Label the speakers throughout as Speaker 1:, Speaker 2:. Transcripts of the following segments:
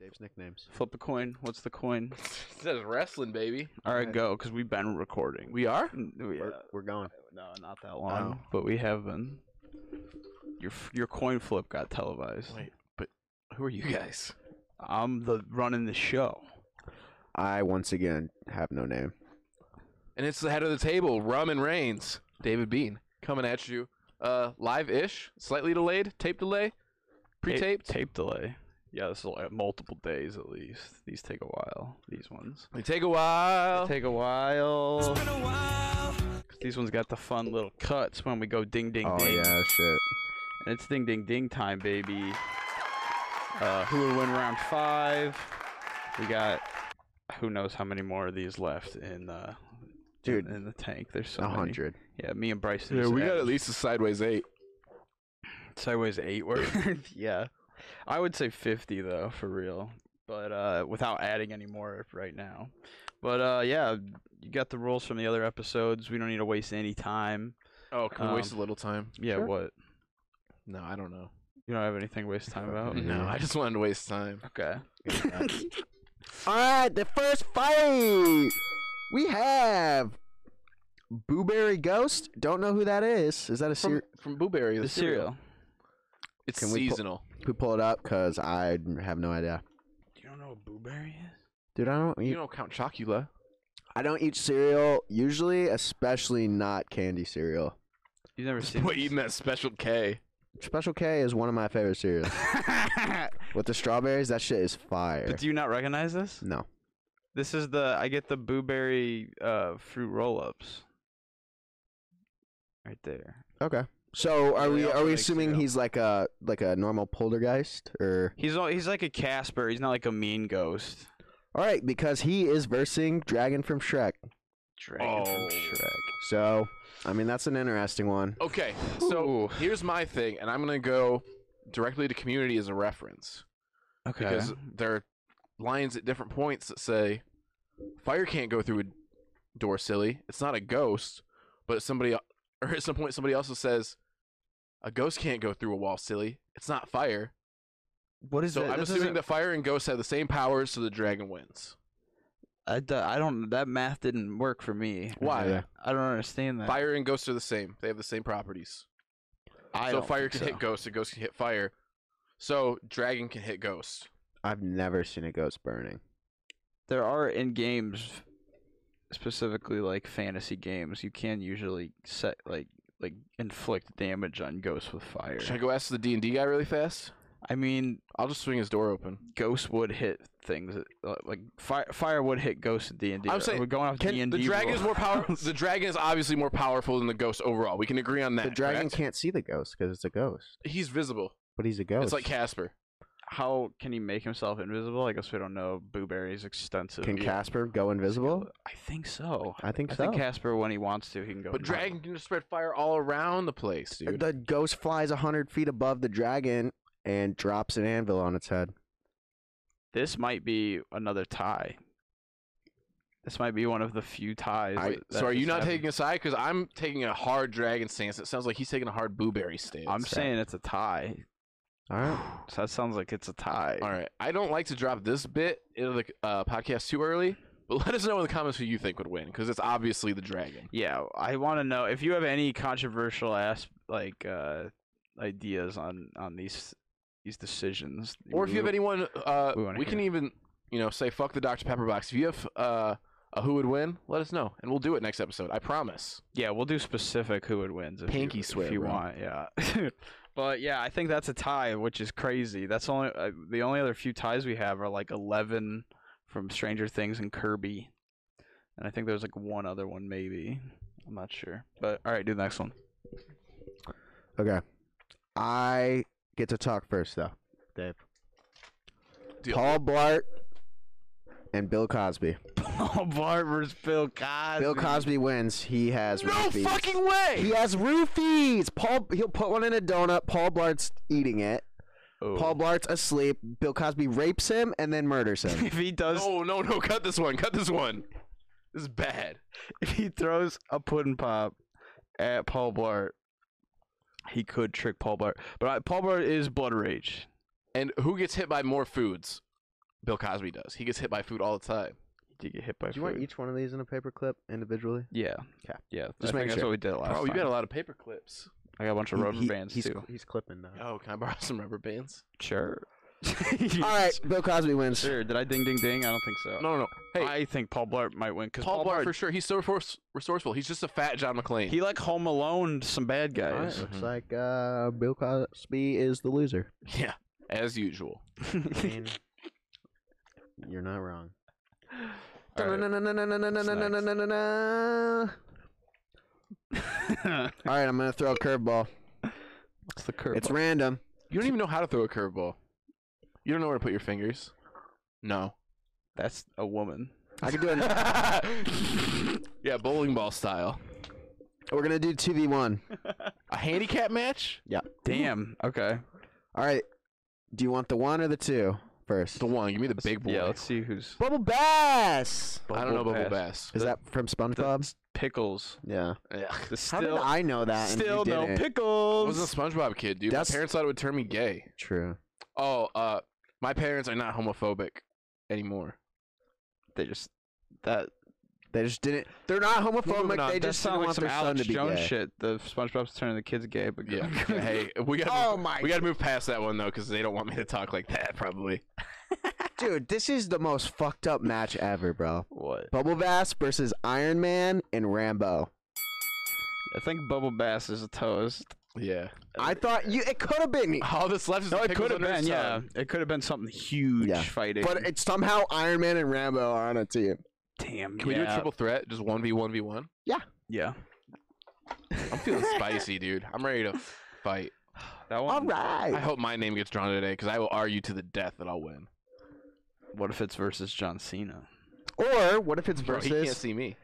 Speaker 1: There's nicknames.
Speaker 2: Flip a coin. What's the coin?
Speaker 3: it says wrestling, baby.
Speaker 2: All right,
Speaker 1: Alright.
Speaker 2: go, because we've been recording.
Speaker 3: We are.
Speaker 2: N- we-
Speaker 1: We're,
Speaker 2: uh,
Speaker 1: we're going.
Speaker 2: no, not that long,
Speaker 1: Oh.
Speaker 2: but we have been. Your f- your coin flip got televised.
Speaker 3: Wait, but who are you guys?
Speaker 2: I'm the running the show.
Speaker 1: I once again have no name.
Speaker 3: And it's the head of the table, Rum and Reigns, David Bean, coming at you, uh, live-ish, slightly delayed, tape delay,
Speaker 2: tape
Speaker 3: pre-taped.
Speaker 2: tape delay. Yeah, this is like multiple days at least. These take a while. These ones
Speaker 3: They take a while.
Speaker 2: take a while. These ones got the fun little cuts when we go ding ding
Speaker 1: oh
Speaker 2: ding.
Speaker 1: yeah, shit.
Speaker 2: And it's ding ding ding time, baby. Uh, who would win round five? We got who knows how many more of these left in uh
Speaker 1: Dude,
Speaker 2: in, in the tank. There's so
Speaker 1: A
Speaker 2: many.
Speaker 1: hundred.
Speaker 2: Yeah, me and Bryson.
Speaker 3: yeah,
Speaker 2: just
Speaker 3: we got
Speaker 2: added
Speaker 3: at least a sideways eight.
Speaker 2: sideways eight word. yeah, I would say fifty though for real, but uh, without adding any more right now. But uh, yeah, you got the rules from the other episodes. We don't need to waste any time.
Speaker 3: Oh, can
Speaker 2: Um,
Speaker 3: we waste a little time?
Speaker 2: Yeah,
Speaker 1: Sure.
Speaker 2: what?
Speaker 3: No, I don't know. Mm-hmm.
Speaker 2: You don't have anything to waste time about?
Speaker 1: Mhm.
Speaker 3: Oh, No, I just wanted to waste time.
Speaker 2: Okay.
Speaker 1: All right, the first fight we have Booberry Ghost. Don't know who that is. Is that a
Speaker 3: From,
Speaker 1: ser-
Speaker 3: from Blueberry, the,
Speaker 2: The cereal.
Speaker 3: It's
Speaker 1: Can we pu-
Speaker 3: seasonal.
Speaker 1: Who pull it up? Cause I have no idea.
Speaker 2: You don't know what blueberry is?
Speaker 1: Dude, I don't.
Speaker 3: you
Speaker 1: Eat,
Speaker 3: don't count Chocula.
Speaker 1: I don't eat cereal usually, especially not candy cereal.
Speaker 2: You've never seen.
Speaker 3: Boy, eating that special K.
Speaker 1: Special K is one of my favorite cereals. With the strawberries, that shit is fire.
Speaker 2: but do you not recognize this?
Speaker 1: No.
Speaker 2: This is the I get the blueberry uh, fruit roll-ups. Right there.
Speaker 1: Okay. So
Speaker 2: Yeah,
Speaker 1: are
Speaker 2: they
Speaker 1: we
Speaker 2: also
Speaker 1: are we
Speaker 2: make
Speaker 1: assuming
Speaker 2: cereal.
Speaker 1: he's like a like a normal poltergeist or
Speaker 2: He's all, he's like a Casper. He's not like a mean ghost.
Speaker 1: all right because he is versing Dragon from Shrek.
Speaker 2: Dragon
Speaker 3: Oh.
Speaker 2: from Shrek.
Speaker 1: So I mean that's an interesting one.
Speaker 3: Okay, so
Speaker 2: Ooh.
Speaker 3: here's my thing, and I'm gonna go directly to community as a reference.
Speaker 2: okay.
Speaker 3: because there are lines at different points that say fire can't go through a door silly it's not a ghost but somebody or at some point somebody also says a ghost can't go through a wall silly it's not fire
Speaker 2: what is
Speaker 3: so i'm assuming that fire and ghost have the same powers so the dragon wins
Speaker 2: I, do, I don't that math didn't work for me.
Speaker 3: why
Speaker 1: Yeah.
Speaker 2: I don't understand that.
Speaker 3: fire and ghost are the same they have the same properties
Speaker 2: I
Speaker 3: so
Speaker 2: don't
Speaker 3: fire
Speaker 2: think
Speaker 3: can hit ghost and ghost can hit fire so dragon can hit ghost
Speaker 1: I've never seen a ghost burning.
Speaker 2: There are in games, specifically like fantasy games, you can usually set like like inflict damage on ghosts with fire.
Speaker 3: should i go ask the d&d guy really fast
Speaker 2: I mean,
Speaker 3: i'll just swing his door open
Speaker 2: ghosts would hit things uh, like fire. Fire would hit ghosts in D and D.
Speaker 3: I'm saying,
Speaker 2: we're going off
Speaker 3: Can,
Speaker 2: D and
Speaker 3: the
Speaker 2: D.
Speaker 3: dragon is more powerful. The dragon is obviously more powerful than the ghost overall. We can agree on that.
Speaker 1: the dragon
Speaker 3: correct?
Speaker 1: can't see the ghost because it's a ghost,
Speaker 3: He's visible.
Speaker 1: but he's a ghost.
Speaker 3: It's like Casper.
Speaker 2: How can he make himself invisible? I guess we don't know. Booberry's extensive.
Speaker 1: can Casper go invisible?
Speaker 2: I think so.
Speaker 1: I think
Speaker 2: I
Speaker 1: so.
Speaker 2: think Casper, when he wants to, he can go.
Speaker 3: But dragon can just spread fire all around the place, dude.
Speaker 1: the ghost flies hundred feet above the dragon and drops an anvil on its head.
Speaker 2: This might be another tie. This might be one of the few ties.
Speaker 1: I-
Speaker 2: that-
Speaker 3: so
Speaker 2: that
Speaker 3: are you
Speaker 2: just
Speaker 3: not
Speaker 2: happened.
Speaker 3: taking a side? Because I'm taking a hard dragon stance. It sounds like he's taking a hard blueberry stance.
Speaker 2: I'm saying it's a tie.
Speaker 1: All right.
Speaker 2: So that sounds like it's a tie.
Speaker 3: All right. I don't like to drop this bit into the uh, podcast too early, but let us know in the comments who you think would win, because it's obviously the dragon.
Speaker 2: Yeah, I want to know if you have any controversial ass like uh, ideas on on these these decisions,
Speaker 3: Or if you have
Speaker 2: we-
Speaker 3: anyone, uh,
Speaker 2: we
Speaker 3: we,
Speaker 2: wanna
Speaker 3: can
Speaker 2: hear.
Speaker 3: even, you know, say fuck the Dr Pepper box. If you have uh, a who would win, let us know, and we'll do it next episode. I promise.
Speaker 2: Yeah, we'll do specific who it wins if
Speaker 3: Pinky
Speaker 2: you,
Speaker 3: swear,
Speaker 2: if you
Speaker 3: bro.
Speaker 2: want. Yeah, but yeah, I think that's a tie, which is crazy. That's only uh, the only other few ties we have are like eleven from Stranger Things and Kirby, and I think there's like one other one maybe. I'm not sure, but all right, do the next one.
Speaker 1: Okay. I get to talk first though. Dave.
Speaker 3: Deal.
Speaker 1: Paul Blart and Bill Cosby.
Speaker 2: Paul Oh, Barber's Bill Cosby.
Speaker 1: Bill Cosby wins. He has roofies. He
Speaker 3: way!
Speaker 1: has roofies. Paul he'll put one in a donut. Paul Blart's eating it.
Speaker 3: Oh.
Speaker 1: Paul Blart's asleep. Bill Cosby rapes him and then murders him.
Speaker 2: if he does,
Speaker 3: No, no, no! Cut this one! Cut this one! This is bad.
Speaker 2: if he throws a pudding pop at Paul Blart, he could uh, trick Paul Blart. But I, Paul Blart is blood rage.
Speaker 3: And who gets hit by more foods? Bill Cosby does. He gets hit by food all the time.
Speaker 2: Did you get hit by
Speaker 1: Do you want
Speaker 2: food.
Speaker 1: each one of these in a paper clip individually?
Speaker 3: E-
Speaker 2: Yeah.
Speaker 1: 'Kay.
Speaker 2: Yeah.
Speaker 1: Just
Speaker 2: I
Speaker 1: make
Speaker 2: think that's
Speaker 1: sure.
Speaker 2: what we did last
Speaker 3: Bro,
Speaker 2: time.
Speaker 3: you got a lot of paper clips.
Speaker 2: I got a bunch of
Speaker 1: He-
Speaker 2: rubber
Speaker 1: he-
Speaker 2: bands
Speaker 1: he's,
Speaker 2: too.
Speaker 1: cl- He's clipping now.
Speaker 3: Oh, can I borrow some rubber bands?
Speaker 2: Sure.
Speaker 1: All right, Bill Cosby wins.
Speaker 2: Sure. Did I ding ding ding? I don't think so.
Speaker 3: No, no, no. Hey,
Speaker 2: I think Uh, Paul Blart might win because
Speaker 3: Paul, Blart, for sure. He's so resource- resourceful. He's just a fat John McClane.
Speaker 2: he like Home Alone some bad
Speaker 1: All right,
Speaker 2: guys.
Speaker 1: looks like uh, Bill Cosby is the loser.
Speaker 3: yeah, as usual.
Speaker 1: I mean, you're not wrong.
Speaker 2: All right.
Speaker 1: All right, I'm gonna throw a curveball.
Speaker 2: What's the curve?
Speaker 1: It's random.
Speaker 3: You don't even know how to throw a curveball. You don't know where to put your fingers. No.
Speaker 2: That's a woman.
Speaker 1: I can do it.
Speaker 3: yeah, bowling ball style.
Speaker 1: We're gonna do two v one.
Speaker 3: A handicap match?
Speaker 2: Damn. Okay.
Speaker 1: All right. Do you want the one or the two first?
Speaker 3: The one. Give me the big boy.
Speaker 2: Yeah. Let's see who's.
Speaker 1: Bubble Bass.
Speaker 3: I don't know Bubble Bass.
Speaker 1: Is that from SpongeBob?
Speaker 2: Pickles.
Speaker 1: Yeah.
Speaker 3: Ugh.
Speaker 2: The
Speaker 1: How did
Speaker 2: still.
Speaker 1: I know that? and you
Speaker 2: Still no
Speaker 1: didn't?
Speaker 3: I
Speaker 2: pickles.
Speaker 3: was a SpongeBob kid, dude.
Speaker 1: That's-
Speaker 3: My parents thought it would turn me gay.
Speaker 1: True.
Speaker 3: Oh, uh, my parents are not homophobic anymore.
Speaker 2: they just that
Speaker 1: They just didn't. They're not
Speaker 3: Moving
Speaker 1: homophobic.
Speaker 3: on.
Speaker 1: They just
Speaker 2: that
Speaker 1: didn't
Speaker 2: sounds like
Speaker 1: want
Speaker 2: some
Speaker 1: their son
Speaker 2: Alex
Speaker 1: to be
Speaker 2: Jones
Speaker 1: gay.
Speaker 2: shit. The SpongeBob's turning the kids gay, but
Speaker 3: Yeah. hey, we got.
Speaker 1: Oh my
Speaker 3: We got to move past that one though, because they don't want me to talk like that. Probably.
Speaker 1: dude, this is the most fucked up match ever, bro.
Speaker 2: what?
Speaker 1: Bubble Bass versus Iron Man and Rambo.
Speaker 2: I think Bubble Bass is a toast.
Speaker 3: Yeah.
Speaker 1: I thought you it could have been,
Speaker 3: All that's left is
Speaker 2: No,
Speaker 3: the
Speaker 2: it
Speaker 3: pickles
Speaker 2: could have been.
Speaker 3: under his
Speaker 2: Yeah,
Speaker 3: thumb.
Speaker 2: it could have been something huge
Speaker 1: Yeah.
Speaker 2: fighting.
Speaker 1: but it's somehow Iron Man and Rambo are on a team.
Speaker 2: damn.
Speaker 3: Can we do a triple threat? Just one v one v one.
Speaker 2: Yeah.
Speaker 3: I'm feeling spicy, dude. I'm ready to fight.
Speaker 2: That one.
Speaker 1: All right.
Speaker 3: I hope my name gets drawn today, because I will argue to the death that I'll win.
Speaker 2: What if it's versus John Cena?
Speaker 1: Or what if it's
Speaker 3: Bro, he can't
Speaker 1: versus
Speaker 3: see me.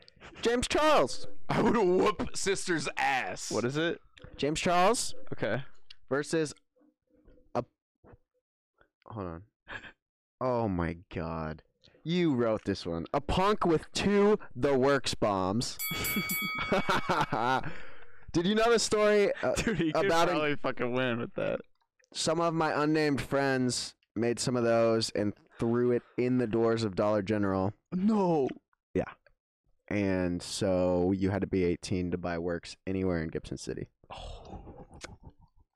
Speaker 1: James Charles?
Speaker 3: I would whoop sister's ass.
Speaker 2: What is it?
Speaker 1: James Charles
Speaker 2: Okay.
Speaker 1: versus a. Hold on. Oh my god. You wrote this one. A punk with two the works bombs. Did you know the story? Uh,
Speaker 2: Dude, he
Speaker 1: could About an- probably
Speaker 2: fucking win with that.
Speaker 1: some of my unnamed friends made some of those and threw it in the doors of Dollar General.
Speaker 2: No.
Speaker 1: And so you had to be 18 to buy works anywhere in Gibson City.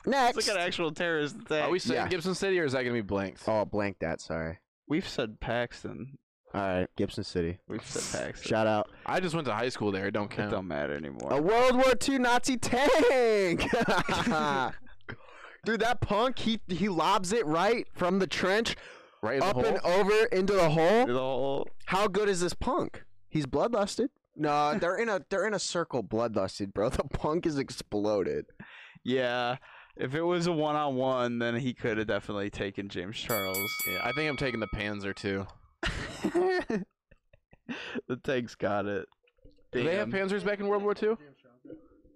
Speaker 1: Next.
Speaker 2: It's like an actual terrorist thing.
Speaker 3: Are we saying
Speaker 1: Yeah.
Speaker 3: Gibson City or is that gonna be blanked?
Speaker 1: oh, blank that. Sorry.
Speaker 2: We've said Paxton.
Speaker 1: All right. Gibson City.
Speaker 2: We've said Paxton.
Speaker 1: Shout out.
Speaker 3: I just went to high school there. It don't
Speaker 2: It
Speaker 3: count.
Speaker 2: don't matter anymore.
Speaker 1: A World War II Nazi tank. Dude, that punk, he, he lobs it right from the trench
Speaker 3: Right in the
Speaker 1: up
Speaker 3: hole.
Speaker 1: and over into the hole.
Speaker 2: The whole-
Speaker 1: How good is this punk? He's bloodlusted. No, they're in a they're in a circle bloodlusted, bro. The punk is exploded.
Speaker 2: Yeah. If it was a one on one, then he could have definitely taken James Charles.
Speaker 3: yeah, I think I'm taking the Panzer too.
Speaker 2: the tank's got it.
Speaker 3: Did they have
Speaker 2: Damn.
Speaker 3: Panzers back in World War II?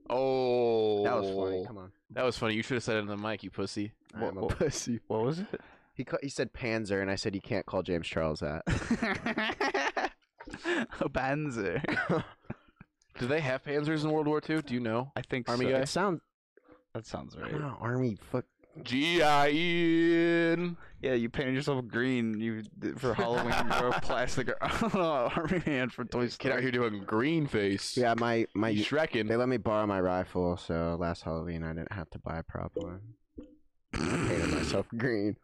Speaker 3: Oh,
Speaker 1: That was funny. Come on,
Speaker 3: That was funny. You should have said it in the mic, you pussy.
Speaker 1: I am a
Speaker 2: Wha- wha-
Speaker 1: pussy.
Speaker 2: What was it?
Speaker 1: He ca- he said Panzer, and I said you can't call James Charles that.
Speaker 2: a Panzer.
Speaker 3: Do they have Panzers in World War II? Do you know?
Speaker 2: I think
Speaker 3: Army
Speaker 2: so.
Speaker 3: guy?
Speaker 1: It sounds
Speaker 2: That sounds
Speaker 1: I
Speaker 2: right.
Speaker 1: don't know, army. Fuck.
Speaker 3: G-I-N.
Speaker 2: Yeah, you painted yourself green. You d- for Halloween you wore a plastic ar- army hand for Toy
Speaker 3: Kid out
Speaker 2: Story.
Speaker 3: here doing green face.
Speaker 1: Yeah, my my.
Speaker 3: He's Shrekking.
Speaker 1: They let me borrow my rifle, so last Halloween I didn't have to buy a prop one. I painted myself green.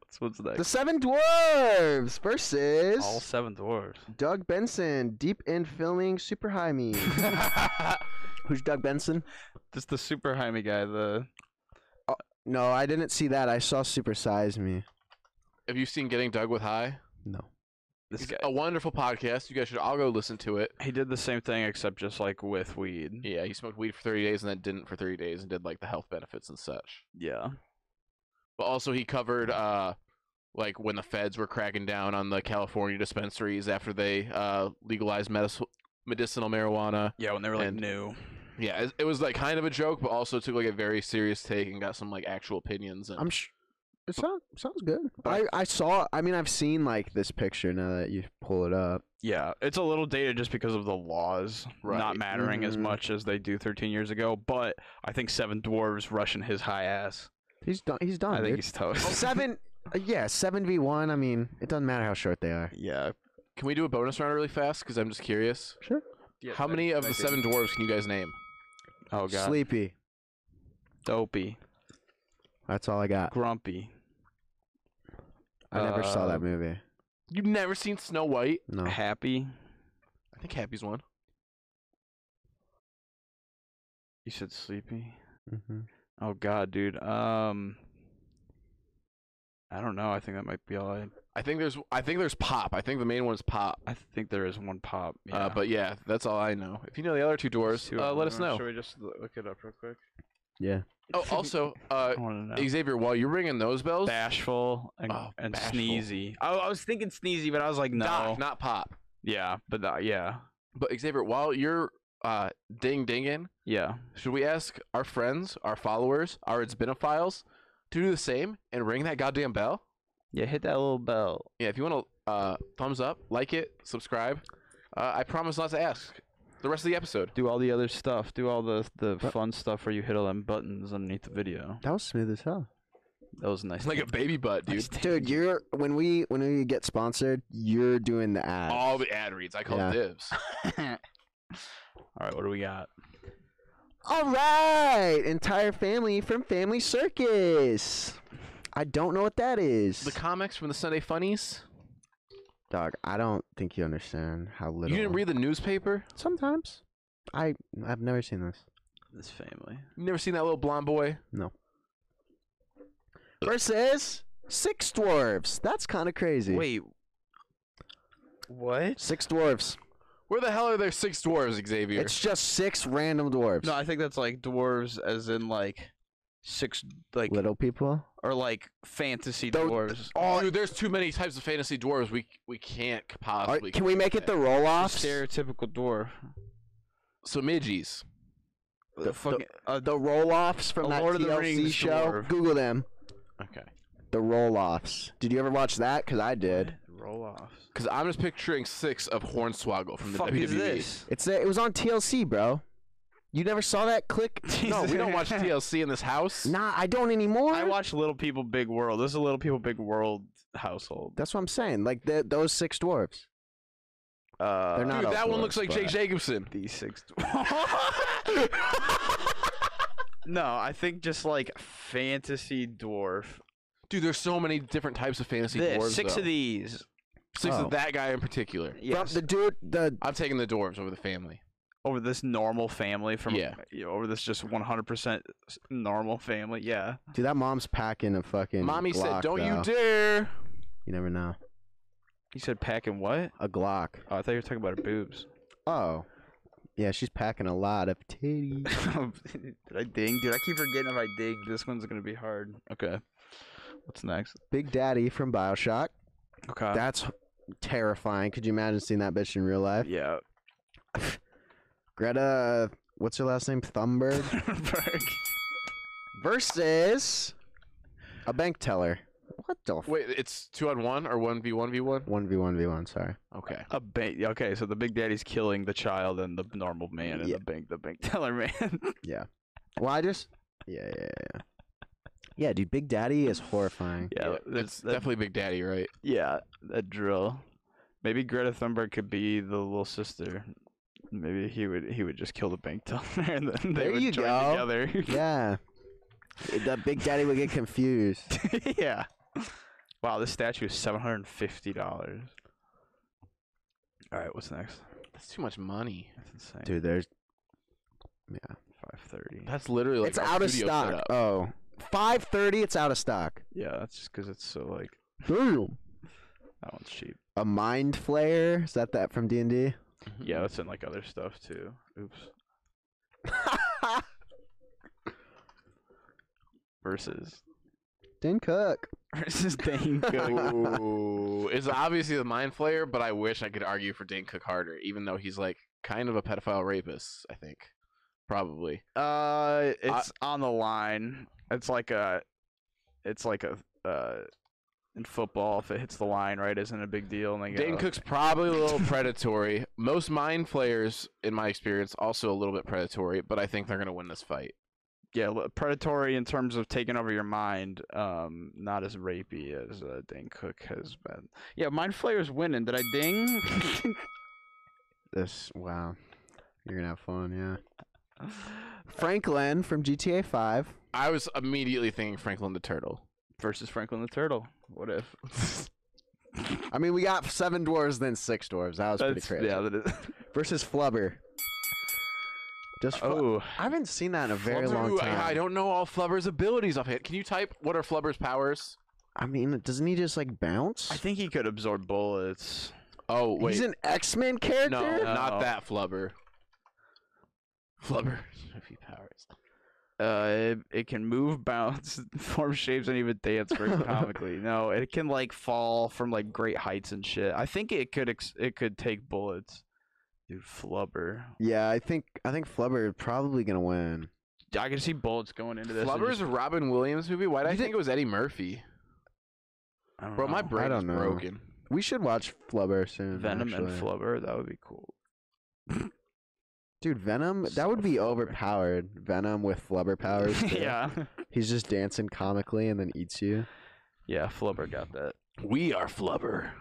Speaker 2: What's, what's next?
Speaker 1: The Seven Dwarves versus
Speaker 2: All seven dwarves.
Speaker 1: Doug Benson, deep in filming, super high me. Who's Doug Benson?
Speaker 2: Just the super Jaime guy. The
Speaker 1: No, I didn't see that. I saw Super Size Me.
Speaker 3: Have you seen Getting Doug with High?
Speaker 1: No.
Speaker 2: this
Speaker 3: It's
Speaker 2: guy.
Speaker 3: A wonderful podcast. You guys should all go listen to it.
Speaker 2: He did the same thing except just like with weed.
Speaker 3: Yeah, he smoked weed for 30 days and then didn't for 30 days and did like the health benefits and such.
Speaker 2: Yeah.
Speaker 3: But also he covered uh like when the feds were cracking down on the California dispensaries after they uh legalized medis- medicinal marijuana.
Speaker 2: Yeah, when they were like
Speaker 3: And-
Speaker 2: new.
Speaker 3: Yeah, it, it was like kind of a joke, but also took like a very serious take and got some like actual opinions. And
Speaker 1: I'm sh- it sounds sounds good. I, I saw I mean I've seen like this picture now that you pull it up.
Speaker 2: Yeah, it's a little dated just because of the laws
Speaker 3: Right.
Speaker 2: not mattering as
Speaker 1: Mhm.
Speaker 2: much as they do 13 years ago. But I think Seven Dwarves rushing his high ass.
Speaker 1: He's done he's done.
Speaker 2: I think
Speaker 1: Oh, dude.
Speaker 2: he's toast.
Speaker 1: Seven Uh, yeah, seven v one. I mean, it doesn't matter how short they are.
Speaker 2: Yeah.
Speaker 3: Can we do a bonus round really fast? Because I'm just curious.
Speaker 1: Sure.
Speaker 3: How many of the seven dwarves can you guys name?
Speaker 2: Oh god.
Speaker 1: Sleepy.
Speaker 2: Dopey.
Speaker 1: That's all I got.
Speaker 2: Grumpy.
Speaker 1: I never saw
Speaker 2: Uh,
Speaker 1: that movie.
Speaker 3: You've never seen Snow White?
Speaker 1: No.
Speaker 2: Happy.
Speaker 3: I think Happy's one.
Speaker 2: You said sleepy.
Speaker 1: hmm
Speaker 2: Oh god, dude. Um I don't know. I think that might be all I
Speaker 3: I think there's I think there's Pop. I think the main one's Pop.
Speaker 2: I think there is one pop. Yeah.
Speaker 3: Uh, but yeah, that's all I know. If you know the other two
Speaker 2: There's
Speaker 3: dwarves,
Speaker 2: two
Speaker 3: uh,
Speaker 2: of
Speaker 3: let
Speaker 2: them.
Speaker 3: us know.
Speaker 4: Should we just l- look it up real quick?
Speaker 1: Yeah.
Speaker 3: Oh, also, uh,
Speaker 2: I want to know.
Speaker 3: Xavier, while you're ringing those bells,
Speaker 2: Bashful and,
Speaker 3: Oh,
Speaker 2: and
Speaker 3: bashful.
Speaker 2: sneezy. I, I was thinking sneezy, but I was like, no.
Speaker 3: Doc, not Pop.
Speaker 2: yeah, but uh, yeah,
Speaker 3: But Xavier, while you're uh, ding dinging,
Speaker 2: yeah.
Speaker 3: should we ask our friends, our followers, our it's been a files to do the same and ring that goddamn bell?
Speaker 2: Yeah, hit that little bell.
Speaker 3: Yeah, if you want to uh, thumbs up, like it, subscribe. Uh, I promise not to ask the rest of the episode.
Speaker 2: Do all the other stuff. Do all the the
Speaker 1: But-
Speaker 2: fun stuff where you hit all them buttons underneath the video.
Speaker 1: That was smooth as hell.
Speaker 2: That was a nice.
Speaker 3: It's like a baby butt, dude.
Speaker 2: nice
Speaker 1: Dude,
Speaker 2: take.
Speaker 1: you're when we when we get sponsored, you're doing the ad.
Speaker 3: All the ad reads. I call
Speaker 1: Yeah.
Speaker 3: dibs.
Speaker 2: All right, what do we got?
Speaker 1: All right, entire family from Family Circus. I don't know what that is.
Speaker 3: the comics from the Sunday Funnies.
Speaker 1: Dog, I don't think you understand how little.
Speaker 3: You didn't read the newspaper.
Speaker 1: Sometimes, I I've never seen this.
Speaker 2: This family.
Speaker 3: You never seen that little blonde boy?
Speaker 1: Versus six dwarves. That's kind of crazy.
Speaker 2: Wait. What?
Speaker 1: six dwarves.
Speaker 3: Where the hell are there six dwarves, Xavier?
Speaker 1: It's just six random dwarves.
Speaker 2: No, I think that's like dwarves, as in like six, like
Speaker 1: little people.
Speaker 2: or like fantasy
Speaker 1: Don't-
Speaker 2: dwarves.
Speaker 1: Oh,
Speaker 3: Dude, there's too many types of fantasy dwarves. We we can't
Speaker 1: all
Speaker 3: possibly.
Speaker 1: right, can we make it the roll offs?
Speaker 2: Stereotypical dwarf.
Speaker 3: so midgies?
Speaker 2: The,
Speaker 1: the-
Speaker 2: fucking uh,
Speaker 1: The roll offs from
Speaker 2: A
Speaker 1: that
Speaker 2: Lord of
Speaker 1: TLC
Speaker 2: the Rings
Speaker 1: show.
Speaker 2: dwarf.
Speaker 1: Google them.
Speaker 3: Okay.
Speaker 1: The roll offs. Did you ever watch that? Cause I did.
Speaker 2: roll off.
Speaker 3: Because I'm just picturing six of Hornswoggle from the E.
Speaker 2: Fuck
Speaker 3: WWE.
Speaker 2: is this?
Speaker 1: It's a, it was on TLC, bro. You never saw that click?
Speaker 3: No, we don't watch TLC in this house.
Speaker 1: Nah, I don't anymore.
Speaker 2: I watch Little People Big World. This is a Little People Big World household.
Speaker 1: That's what I'm saying. Like the, those six dwarves.
Speaker 2: Uh,
Speaker 1: They're not
Speaker 3: Dude,
Speaker 1: all
Speaker 3: that one
Speaker 1: dwarves,
Speaker 3: looks like Jake
Speaker 1: but-
Speaker 3: Jacobson.
Speaker 2: these six. no, I think just like fantasy dwarf.
Speaker 3: Dude, there's so many different types of fantasy
Speaker 2: This,
Speaker 3: dwarves.
Speaker 2: six
Speaker 3: though.
Speaker 2: of these.
Speaker 3: Six
Speaker 1: Oh.
Speaker 3: of that guy in particular.
Speaker 1: From
Speaker 2: Yes.
Speaker 1: the dude, the
Speaker 3: I'm taking the dwarves over the family.
Speaker 2: over this normal family from
Speaker 3: Yeah.
Speaker 2: you know, over this just 100% s- normal family. Yeah.
Speaker 1: dude, that mom's packing a fucking.
Speaker 3: Mommy
Speaker 1: Glock,
Speaker 3: said, "Don't
Speaker 1: though.
Speaker 3: you dare."
Speaker 1: You never know.
Speaker 2: You said packing what?
Speaker 1: A Glock.
Speaker 2: Oh, I thought you were talking about her boobs.
Speaker 1: Oh, yeah, she's packing a lot of titties.
Speaker 2: Did I ding? Dude, I keep forgetting if I dig. This one's going to be hard. Okay. What's next?
Speaker 1: Big Daddy from Bioshock.
Speaker 2: Okay.
Speaker 1: That's terrifying. Could you imagine seeing that bitch in real life?
Speaker 2: yeah.
Speaker 1: Greta, what's her last name? Thunberg
Speaker 2: Berg.
Speaker 1: versus a bank teller. What the f-
Speaker 3: Wait, it's two on one or one v one v one.
Speaker 1: One v one v one. Sorry.
Speaker 3: Okay.
Speaker 2: A bank. Okay, so the big daddy's killing the child and the normal man and
Speaker 1: Yeah.
Speaker 2: the bank, the bank teller man.
Speaker 1: Well, I just. Yeah, yeah, yeah, yeah. Yeah, dude, Big Daddy is horrifying.
Speaker 2: yeah,
Speaker 3: that's
Speaker 2: that-
Speaker 3: definitely Big Daddy, right?
Speaker 2: Yeah, that drill. Maybe Greta Thunberg could be the little sister. Maybe he would he would just kill the bank teller and then they
Speaker 1: There
Speaker 2: would
Speaker 1: you
Speaker 2: join
Speaker 1: go.
Speaker 2: together.
Speaker 1: Yeah. The Big Daddy would get confused.
Speaker 2: yeah. Wow, this statue is seven hundred and fifty dollars. All right, what's next?
Speaker 3: That's too much money.
Speaker 2: That's insane.
Speaker 1: Dude, there's
Speaker 2: Five thirty.
Speaker 3: That's literally like
Speaker 1: it's
Speaker 3: our
Speaker 1: out of
Speaker 3: studio
Speaker 1: stock.
Speaker 3: setup.
Speaker 1: Oh. 530, it's out of stock.
Speaker 2: Yeah, that's just because it's so like
Speaker 1: Boom.
Speaker 2: that one's cheap.
Speaker 1: A mind flayer. Is that that from D and D?
Speaker 2: Yeah, that's in like other stuff too. Oops. Versus
Speaker 1: Dan Cook.
Speaker 2: versus Dane Cook.
Speaker 3: Ooh, it's obviously the mind flayer, but I wish I could argue for Dane Cook harder, even though he's like kind of a pedophile rapist. I think probably.
Speaker 2: Uh, it's on the line. It's like a, it's like a, uh, in football, if it hits the line, right, isn't a big deal. And they
Speaker 3: Dane
Speaker 2: go,
Speaker 3: Cook's probably a little predatory. Most mind flayers, in my experience, also a little bit predatory, but I think they're gonna win this fight.
Speaker 2: yeah, l- predatory in terms of taking over your mind. Um, not as rapey as uh, Dane Cook has been. Yeah, Mind Flayer's winning. Did I ding?
Speaker 1: This wow. You're gonna have fun, yeah. Frank Len from GTA Five.
Speaker 3: I was immediately thinking Franklin the Turtle.
Speaker 2: Versus Franklin the Turtle. What if?
Speaker 1: I mean, we got seven dwarves, then six dwarves. That was pretty
Speaker 2: That's-
Speaker 1: crazy.
Speaker 2: Yeah, that is.
Speaker 1: Versus Flubber. Just Flu-
Speaker 2: Oh,
Speaker 1: I haven't seen that in a very
Speaker 3: Flubber-
Speaker 1: long
Speaker 3: Ooh, I-
Speaker 1: time.
Speaker 3: I
Speaker 1: I,
Speaker 3: don't know all Flubber's abilities off hit. Can you type what are Flubber's powers?
Speaker 1: mean, doesn't he just like bounce?
Speaker 2: I think he could absorb bullets.
Speaker 3: Oh wait,
Speaker 1: He's an X Men
Speaker 3: no,
Speaker 1: character.
Speaker 2: No.
Speaker 3: not that Flubber. Flubber, a few powers.
Speaker 2: Uh, it, it can move, bounce, form shapes, and even dance very comically. no, it can like fall from like great heights and shit. I think it could ex- it could take bullets. Dude, flubber.
Speaker 1: Yeah, I think I think Flubber is probably gonna win.
Speaker 2: I can see bullets going into this. and
Speaker 3: Flubber's
Speaker 2: just-
Speaker 3: Robin Williams movie. Why did I
Speaker 1: You
Speaker 3: think it was Eddie Murphy?
Speaker 2: I don't
Speaker 3: Bro, my
Speaker 2: know.
Speaker 3: brain
Speaker 1: don't
Speaker 3: is
Speaker 1: know.
Speaker 3: broken.
Speaker 1: We should watch Flubber soon.
Speaker 2: venom
Speaker 1: actually.
Speaker 2: and flubber. That would be cool.
Speaker 1: Dude, Venom. That
Speaker 2: So
Speaker 1: would be
Speaker 2: Flubber.
Speaker 1: overpowered. Venom with Flubber powers. too.
Speaker 2: yeah,
Speaker 1: He's just dancing comically and then eats you.
Speaker 2: yeah. Flubber got that.
Speaker 3: We are Flubber.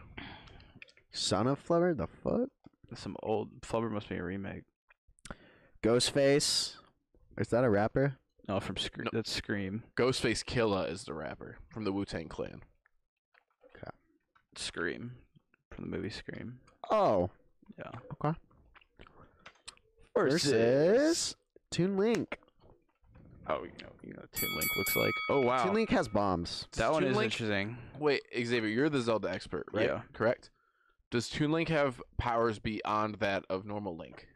Speaker 1: Son of Flubber. The fuck.
Speaker 2: Some old flubber must be a remake.
Speaker 1: Ghostface. Is that a rapper?
Speaker 2: No, Oh, from Scream. That's Scream.
Speaker 3: Ghostface Killa is the rapper from the Wu Tang Clan.
Speaker 2: Scream from the movie Scream.
Speaker 1: Oh.
Speaker 2: Yeah.
Speaker 1: Okay. Versus Toon Link.
Speaker 2: Oh, you know, you know, what Toon Link looks like. Oh wow,
Speaker 1: Toon Link has bombs.
Speaker 2: that one
Speaker 3: Toon
Speaker 2: is
Speaker 3: Link-
Speaker 2: interesting.
Speaker 3: Wait, Xavier, you're the Zelda expert, right?
Speaker 2: Yeah.
Speaker 3: Correct. Does Toon Link have powers beyond that of normal Link?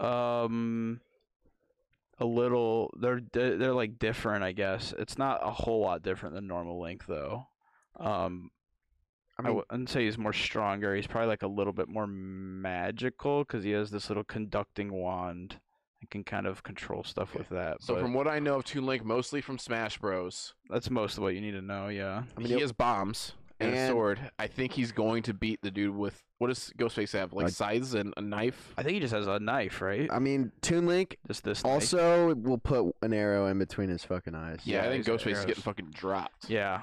Speaker 2: Um, a little. They're di- they're like different, I guess. It's not a whole lot different than normal Link though. Um,
Speaker 1: I
Speaker 2: I
Speaker 1: mean,
Speaker 2: wouldn't say he's more stronger. He's probably like a little bit more magical because he has this little conducting wand and can kind of control stuff
Speaker 3: Okay.
Speaker 2: with that.
Speaker 3: So
Speaker 2: but
Speaker 3: from what I know of Toon Link, mostly from Smash Bros,
Speaker 2: that's most of what you need to know. Yeah.
Speaker 1: I mean,
Speaker 3: he
Speaker 1: it-
Speaker 3: has bombs and, a
Speaker 1: And-
Speaker 3: sword. I think he's going to beat the dude with what does Ghostface have? Like
Speaker 1: Like-
Speaker 3: scythes and a knife.
Speaker 2: I think he just has a knife, right?
Speaker 1: I mean, Toon Link
Speaker 2: Just this. knife.
Speaker 1: also will put an arrow in between his fucking eyes.
Speaker 3: Yeah,
Speaker 2: Yeah,
Speaker 3: I think
Speaker 2: he's got
Speaker 3: Ghostface is
Speaker 2: arrows.
Speaker 3: getting fucking dropped.
Speaker 2: Yeah.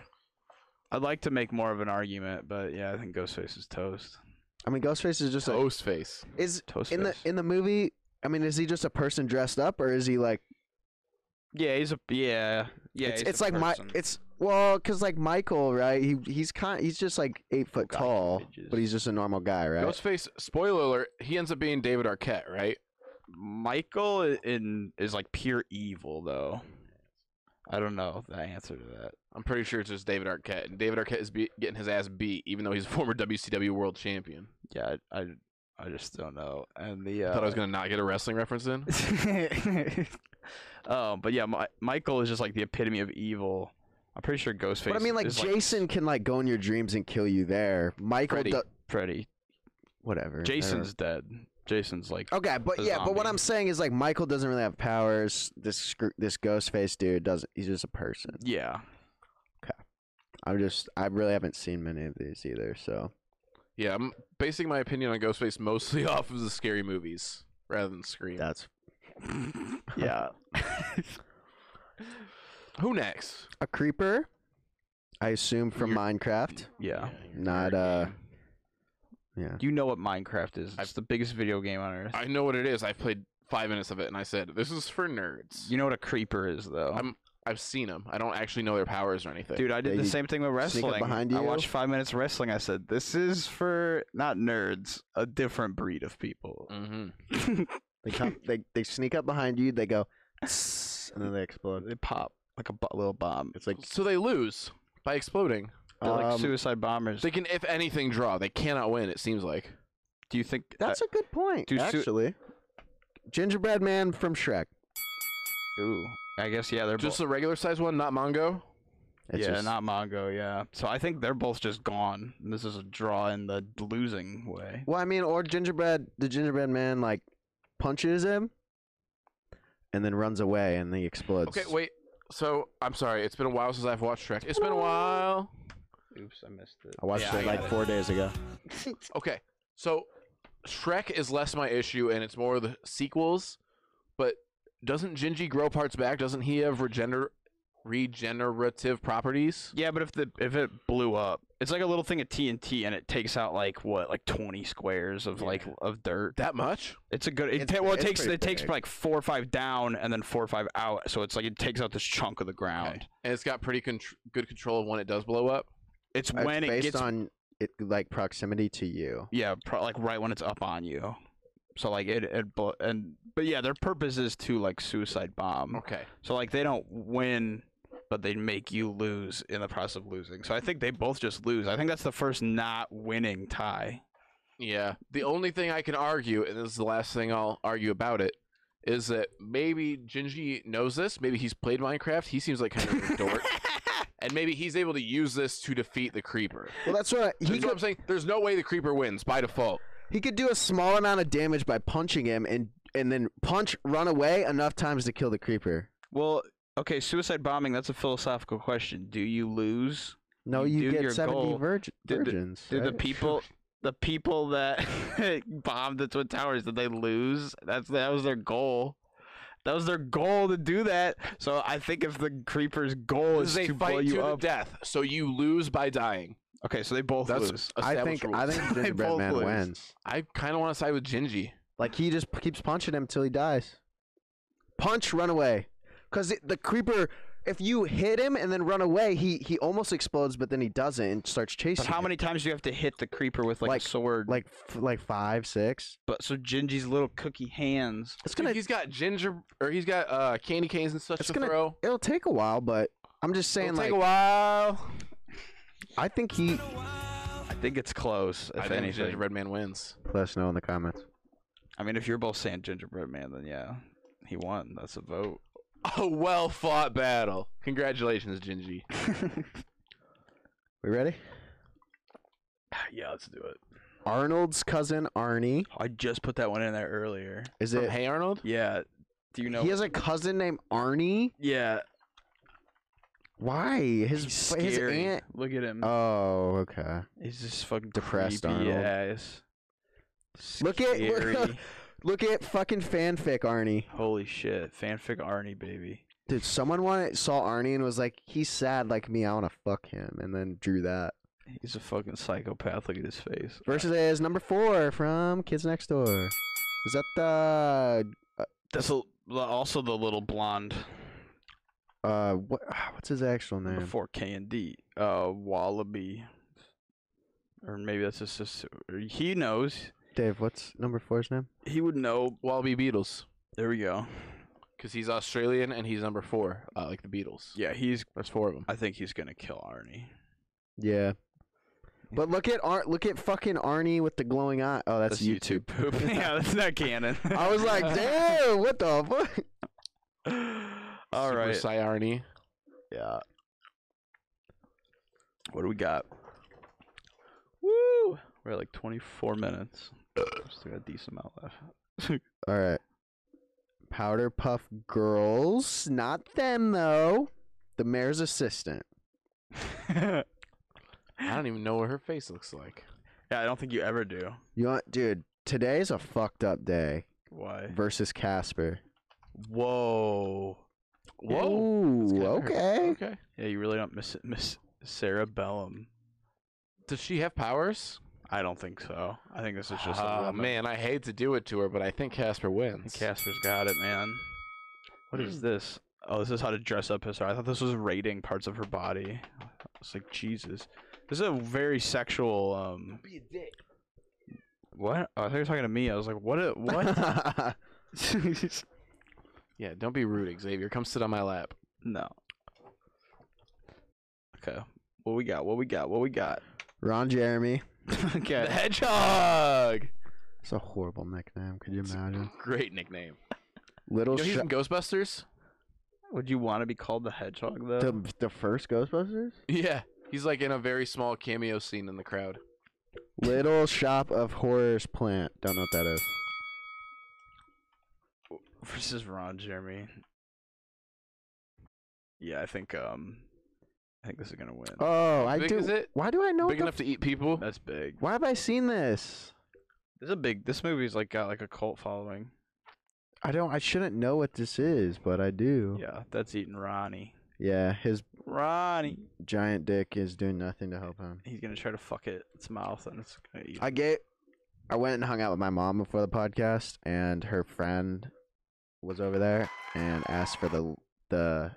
Speaker 2: I'd like to make more of an argument, but yeah, I think Ghostface is toast.
Speaker 1: I mean, Ghostface is just
Speaker 2: Oh.
Speaker 1: a,
Speaker 3: Ghostface.
Speaker 1: is
Speaker 2: Toast
Speaker 1: in the in the movie. I mean, is he just a person dressed up, or is he like?
Speaker 2: yeah, he's a yeah yeah.
Speaker 1: it's
Speaker 2: he's
Speaker 1: it's
Speaker 2: a
Speaker 1: like my
Speaker 2: person.
Speaker 1: it's well, cause like Michael, right? He he's kind he's just like eight foot
Speaker 2: God,
Speaker 1: tall,
Speaker 2: bitches.
Speaker 1: but he's just a normal guy, right?
Speaker 3: Ghostface. Spoiler alert. He ends up being David Arquette, right?
Speaker 2: Michael i- in is like pure evil though. I don't know the answer to that.
Speaker 3: I'm pretty sure it's just David Arquette, and David Arquette is be- getting his ass beat, even though he's a former WCW World Champion.
Speaker 2: Yeah, I I, I just don't know. And the uh,
Speaker 3: I thought I was gonna not get a wrestling reference in.
Speaker 2: um, but yeah, my, Michael is just like the epitome of evil. I'm pretty sure Ghostface.
Speaker 1: But I mean, like
Speaker 2: is
Speaker 1: Jason can like go in your dreams and kill you there. Michael,
Speaker 3: Freddy.
Speaker 1: do-
Speaker 2: Freddy.
Speaker 1: whatever.
Speaker 2: Jason's dead. Jason's like
Speaker 1: Okay, but
Speaker 2: a
Speaker 1: yeah, but what
Speaker 2: zombie.
Speaker 1: I'm saying is like Michael doesn't really have powers. This scr- this ghost face dude doesn't. He's just a person.
Speaker 2: yeah.
Speaker 1: I'm just I really haven't seen many of these either. So
Speaker 3: Yeah, I'm basing my opinion on Ghostface mostly off of the scary movies rather than Scream.
Speaker 1: that's
Speaker 2: yeah.
Speaker 3: Who next?
Speaker 1: a creeper. I assume from
Speaker 3: You're-
Speaker 1: Minecraft.
Speaker 2: Yeah.
Speaker 1: Not uh, yeah.
Speaker 2: You know what Minecraft is.
Speaker 3: I've-
Speaker 2: It's the biggest video game on earth.
Speaker 3: I know what it is. I played five minutes of it, and I said this is for nerds.
Speaker 2: you know what a creeper is though.
Speaker 3: I'm- I've seen them. I don't actually know their powers or anything.
Speaker 2: Dude, I did
Speaker 1: Yeah,
Speaker 2: the
Speaker 1: you
Speaker 2: same thing with
Speaker 1: sneak up
Speaker 2: wrestling.
Speaker 1: behind
Speaker 2: I
Speaker 1: you.
Speaker 2: watched five minutes of wrestling. I said, "This is for not nerds, a different breed of people."
Speaker 3: Mhm.
Speaker 1: They come. they they sneak up behind you. They go, "Tss," and then they explode.
Speaker 2: they pop like a bo- little bomb.
Speaker 1: It's like
Speaker 3: So they lose by exploding.
Speaker 2: They're like
Speaker 1: um,
Speaker 2: suicide bombers.
Speaker 3: They can, if anything, draw. They cannot win. It seems like.
Speaker 2: Do you think
Speaker 1: that's a good point
Speaker 2: uh, Dude, su-
Speaker 1: actually. Gingerbread man from Shrek.
Speaker 2: I, ooh, I guess yeah. They're
Speaker 3: Just
Speaker 2: both,
Speaker 3: a regular size one, not Mongo.
Speaker 1: It's
Speaker 2: yeah,
Speaker 1: just-
Speaker 2: not Mongo. Yeah. So I think they're both just gone. This is a draw in the losing way.
Speaker 1: Well, I mean, or gingerbread, the gingerbread man like punches him, and then runs away, and he explodes.
Speaker 3: Okay, wait. So I'm sorry. It's been a while since I've watched Shrek. It's been a while.
Speaker 2: Oops, I missed it.
Speaker 1: I watched
Speaker 3: Yeah, I
Speaker 1: it
Speaker 3: got
Speaker 1: like four days ago.
Speaker 3: Okay, so Shrek is less my issue, and it's more the sequels. But doesn't Genji grow parts back? Doesn't he have regener- regenerative properties?
Speaker 2: Yeah, but if the if it blew up, it's like a little thing of TNT, and it takes out like what, like twenty squares of like of dirt.
Speaker 3: That much?
Speaker 2: It's a good. It
Speaker 1: It's
Speaker 2: ta- well,
Speaker 1: pre-
Speaker 2: it
Speaker 1: it's
Speaker 2: takes
Speaker 1: pretty
Speaker 2: it takes
Speaker 1: big.
Speaker 2: like four or five down, and then four or five out. So it's like it takes out this chunk of the ground.
Speaker 3: Okay. And it's got pretty con- good control of when it does blow up.
Speaker 2: It's
Speaker 1: It's
Speaker 2: when it
Speaker 1: based
Speaker 2: gets
Speaker 1: on it like proximity to you.
Speaker 2: yeah, pro- like right when it's up on you. So like it it bu- and but yeah, their purpose is to like suicide bomb.
Speaker 1: Oh.
Speaker 3: Okay.
Speaker 2: So like they don't win, but they make you lose in the process of losing. So I think they both just lose. I think that's the first not winning tie.
Speaker 3: Yeah. The only thing I can argue, and this is the last thing I'll argue about it, is that maybe Genji knows this. Maybe he's played Minecraft. He seems like kind of a dork. And maybe he's able to use this to defeat the creeper.
Speaker 1: Well, that's what I-
Speaker 3: That's
Speaker 1: he
Speaker 3: what
Speaker 1: could,
Speaker 3: I'm saying. There's no way the creeper wins by default.
Speaker 1: he could do a small amount of damage by punching him and and then punch run away enough times to kill the creeper.
Speaker 2: well, okay, suicide bombing. That's a philosophical question. Do you lose?
Speaker 1: No,
Speaker 2: You
Speaker 1: you,
Speaker 2: do
Speaker 1: get
Speaker 2: your
Speaker 1: 70
Speaker 2: goal.
Speaker 1: virg-
Speaker 2: Did the-
Speaker 1: virgins.
Speaker 2: Do the
Speaker 1: right?
Speaker 2: people, the people that bombed the twin towers, did they lose? That's that was their goal. That was their goal to do that. So I think if the creeper's goal
Speaker 3: This
Speaker 2: is
Speaker 3: is a
Speaker 2: to blow
Speaker 3: fight to
Speaker 2: you
Speaker 3: the
Speaker 2: up,
Speaker 3: death, so you lose by dying.
Speaker 2: okay, so they both
Speaker 3: That's
Speaker 2: lose.
Speaker 1: I
Speaker 3: established
Speaker 1: think I
Speaker 3: rules.
Speaker 1: think
Speaker 2: They
Speaker 1: Gingerbread
Speaker 2: both
Speaker 1: Man
Speaker 2: lose.
Speaker 1: wins.
Speaker 3: I kind of want to side with Genji.
Speaker 1: Like he just p- keeps punching him till he dies. Punch, run away, because the creeper. If you hit him and then run away, he he almost explodes, but then he doesn't and starts chasing.
Speaker 2: But how
Speaker 1: you.
Speaker 2: many times do you have to hit the creeper with like,
Speaker 1: Like-
Speaker 2: a sword?
Speaker 1: Like f- like five, six.
Speaker 2: but so Gingy's little cookie hands.
Speaker 1: It's
Speaker 3: Dude,
Speaker 1: gonna.
Speaker 3: he's got ginger, or he's got uh, candy canes and such
Speaker 1: It's
Speaker 3: to
Speaker 1: gonna-
Speaker 3: throw.
Speaker 1: It'll take a while, but I'm just saying.
Speaker 3: It'll
Speaker 1: like
Speaker 3: take a while.
Speaker 1: I think he.
Speaker 2: I think it's close. If
Speaker 3: I think
Speaker 2: anything,
Speaker 3: Gingerbread Man wins.
Speaker 1: Let us know in the comments.
Speaker 2: I mean, if you're both saying gingerbread man, then yeah, he won. That's a vote.
Speaker 3: A well fought battle. Congratulations, Gingy.
Speaker 1: We ready?
Speaker 2: yeah, let's do it.
Speaker 1: Arnold's cousin Arnie.
Speaker 2: I just put that one in there earlier.
Speaker 1: Is
Speaker 3: From
Speaker 1: it?
Speaker 3: Hey Arnold?
Speaker 2: Yeah. Do you know?
Speaker 1: He has a cousin named Arnie.
Speaker 2: yeah.
Speaker 1: Why? His
Speaker 2: He's
Speaker 1: f- his
Speaker 2: scary.
Speaker 1: aunt.
Speaker 2: Look at him.
Speaker 1: Oh, okay.
Speaker 2: he's just fucking
Speaker 1: depressed,
Speaker 2: creepy
Speaker 1: Arnold.
Speaker 2: ass.
Speaker 1: Look at- look-
Speaker 2: Scary.
Speaker 1: Look at fucking fanfic Arnie.
Speaker 2: Holy shit! Fanfic Arnie baby.
Speaker 1: Dude, someone wanted, saw Arnie and was like, "He's sad like me. I want to fuck him," and then drew that.
Speaker 2: He's a fucking psychopath. Look at his face.
Speaker 1: Versus is number four from Kids Next Door. Is that the
Speaker 2: That's a, also the little blonde
Speaker 1: uh what? What's his actual name?
Speaker 2: before K and D. Uh, Wallaby. Or maybe that's his sister. He knows.
Speaker 1: Dave. What's number four's name?
Speaker 2: He would know.
Speaker 3: Wallaby Beatles.
Speaker 2: There we go.
Speaker 3: Because he's Australian and he's number four, uh, like the Beatles.
Speaker 2: Yeah, he's.
Speaker 3: There's four of them.
Speaker 2: I think he's gonna kill Arnie.
Speaker 1: Yeah. But look at Ar- look at fucking Arnie with the glowing eye. Oh, that's, YouTube. Oh.
Speaker 2: poop. yeah, that's not canon.
Speaker 1: I was like, damn, what the fuck?
Speaker 2: All
Speaker 3: Super
Speaker 2: right.
Speaker 3: Cy Arnie.
Speaker 2: Yeah. What do we got? Woo! We're at like 24 minutes. Still got a decent amount left.
Speaker 1: All right. Powder Puff Girls, not them though. The mayor's assistant.
Speaker 2: yeah,
Speaker 3: I don't even know what her face looks like.
Speaker 2: I don't think you ever do.
Speaker 1: You want, dude? Today's a fucked up day.
Speaker 2: Why?
Speaker 1: versus Casper.
Speaker 2: Whoa.
Speaker 3: Whoa. That's
Speaker 1: Ooh,
Speaker 3: kinda weird.
Speaker 1: okay.
Speaker 3: Okay.
Speaker 2: Yeah, you really don't miss it. Miss Sarah Bellum.
Speaker 3: Does she have powers?
Speaker 2: I don't think so. I think this is just a
Speaker 3: Oh,
Speaker 2: woman.
Speaker 3: man. I hate to do it to her, but I think Casper wins.
Speaker 2: Casper's got it, man. What
Speaker 3: Hmm.
Speaker 2: is this? Oh, this is how to dress up as her. I thought this was rating parts of her body. It's like Jesus. This is a very sexual. Um,
Speaker 3: be a dick.
Speaker 2: what? Oh, I thought you were talking to me. I was like, what? A, what?
Speaker 3: Yeah, don't be rude, Xavier. Come sit on my lap.
Speaker 2: no. Okay. What we got? What we got? What we got?
Speaker 1: Ron Jeremy.
Speaker 2: okay.
Speaker 3: The Hedgehog!
Speaker 1: It's a horrible nickname. Could you
Speaker 3: It's-
Speaker 1: imagine?
Speaker 3: Great nickname.
Speaker 1: Little
Speaker 3: You know, he's
Speaker 1: Shop.
Speaker 3: from Ghostbusters?
Speaker 2: Would you want to be called the Hedgehog though?
Speaker 1: The, the first Ghostbusters?
Speaker 3: Yeah. He's like in a very small cameo scene in the crowd.
Speaker 1: Little Shop of Horrors plant. Don't know what that is.
Speaker 2: versus Ron Jeremy. Yeah, I think um, I think this is gonna win.
Speaker 1: Oh, I
Speaker 3: big
Speaker 1: do.
Speaker 3: is it?
Speaker 1: Why do I know?
Speaker 3: Big
Speaker 1: the
Speaker 3: enough to eat people?
Speaker 2: That's big.
Speaker 1: Why have I seen this?
Speaker 2: This is a big. This movie's like got like a cult following.
Speaker 1: I don't. I shouldn't know what this is, but I do.
Speaker 2: Yeah, that's eating Ronnie.
Speaker 1: Yeah, his
Speaker 2: Ronnie.
Speaker 1: giant dick is doing nothing to help him.
Speaker 2: He's gonna try to fuck it its mouth, and it's gonna eat.
Speaker 1: I get. I went and hung out with my mom before the podcast, and her friend was over there and asked for the the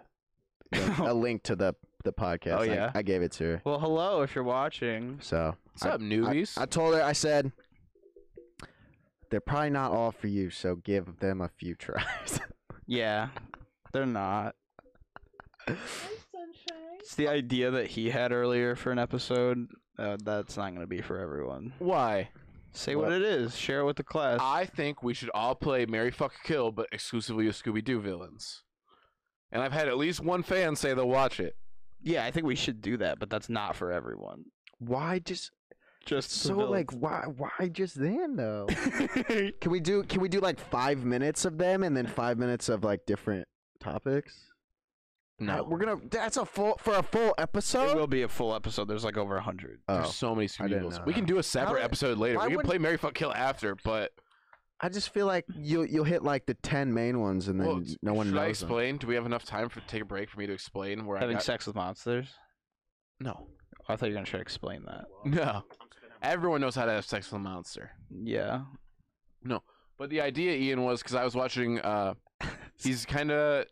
Speaker 1: link- a link to the the podcast.
Speaker 2: Oh,
Speaker 1: I-
Speaker 2: yeah?
Speaker 1: I, gave it to her.
Speaker 2: well, hello if you're watching.
Speaker 1: So
Speaker 3: What's up, newbies?
Speaker 1: I told her. I said. They're probably not all for you, so give them a few tries.
Speaker 2: Yeah, they're not. It's the idea that he had earlier for an episode. Uh, that's not gonna be for everyone.
Speaker 3: Why?
Speaker 2: Say what,
Speaker 1: Well-
Speaker 2: it is. Share it with the class.
Speaker 3: I think we should all play Mary Fuck Kill, but exclusively with Scooby Doo villains. And I've had at least one fan say they'll watch it.
Speaker 2: yeah, I think we should do that, but that's not for everyone.
Speaker 1: why just
Speaker 2: Just the
Speaker 1: so
Speaker 2: villains.
Speaker 1: like why why just them though? Can we do can we do like five minutes of them and then five minutes of like different topics? Uh, we're gonna that's a full for a full
Speaker 2: it
Speaker 1: episode.
Speaker 2: will be a full episode. There's like over a hundred.
Speaker 1: oh,
Speaker 3: There's so many
Speaker 1: I
Speaker 3: Scooby
Speaker 1: didn't
Speaker 3: Doo
Speaker 1: know
Speaker 3: We can
Speaker 1: that.
Speaker 3: do a separate
Speaker 1: How-
Speaker 3: episode later.
Speaker 1: why
Speaker 3: We can
Speaker 1: wouldn't-
Speaker 3: play Mary Fuck Kill after, but
Speaker 1: I just feel like you'll you'll hit like the ten main ones and then
Speaker 3: well,
Speaker 1: no one
Speaker 3: should I
Speaker 1: knows. them.
Speaker 3: explain? Do we have enough time for take a break for me to explain where
Speaker 2: Having
Speaker 3: I got?
Speaker 2: sex with monsters.
Speaker 3: No,
Speaker 2: I thought you were gonna try to explain that.
Speaker 3: no. Everyone knows how to have sex with a monster.
Speaker 2: Yeah.
Speaker 3: But the idea, Ian, was because I was watching. Uh, he's kind of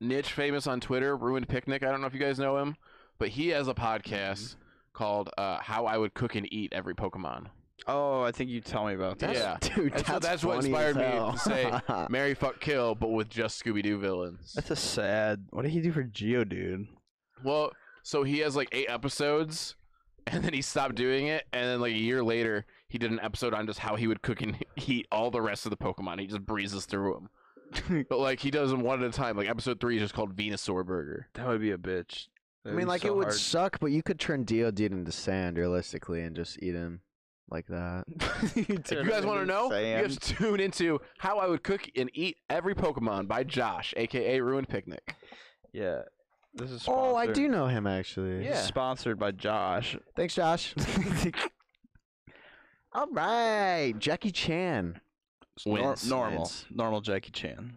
Speaker 3: niche famous on Twitter. Ruined Picnic. I don't know if you guys know him, but he has a podcast called uh, "How I Would Cook and Eat Every Pokemon."
Speaker 2: Oh, I think you tell me about that.
Speaker 1: That's,
Speaker 3: Yeah.
Speaker 1: dude,
Speaker 3: That's
Speaker 1: that's,
Speaker 3: what- that's what
Speaker 1: funny as
Speaker 3: inspired me
Speaker 1: hell.
Speaker 3: to say- Mary fuck kill, but with just Scooby Doo villains.
Speaker 2: That's a sad. What did he do for Geodude?
Speaker 3: Well, so he has like eight episodes, and then he stopped doing it, and then like a year later, he did an episode on just how he would cook and eat all the rest of the Pokemon. He just breezes through them, but like he does them one at a time. Like episode three is just called Venusaur Burger.
Speaker 2: That would be a bitch.
Speaker 1: I
Speaker 2: That'd
Speaker 1: mean,
Speaker 2: be
Speaker 1: like
Speaker 2: so
Speaker 1: it would
Speaker 2: hard.
Speaker 1: suck, but you could turn Deodude into sand realistically and just eat him like that.
Speaker 3: If you guys want to know, you have to tune into How I Would Cook and Eat Every Pokemon by Josh, aka Ruined Picnic.
Speaker 2: yeah. This is.
Speaker 1: Oh, I
Speaker 2: sponsored-
Speaker 1: do know him actually.
Speaker 2: This is Sponsored by Josh.
Speaker 1: Thanks, Josh. All right, Jackie Chan.
Speaker 2: Nor-
Speaker 3: Wins.
Speaker 2: normal,
Speaker 1: wins.
Speaker 2: normal Jackie Chan.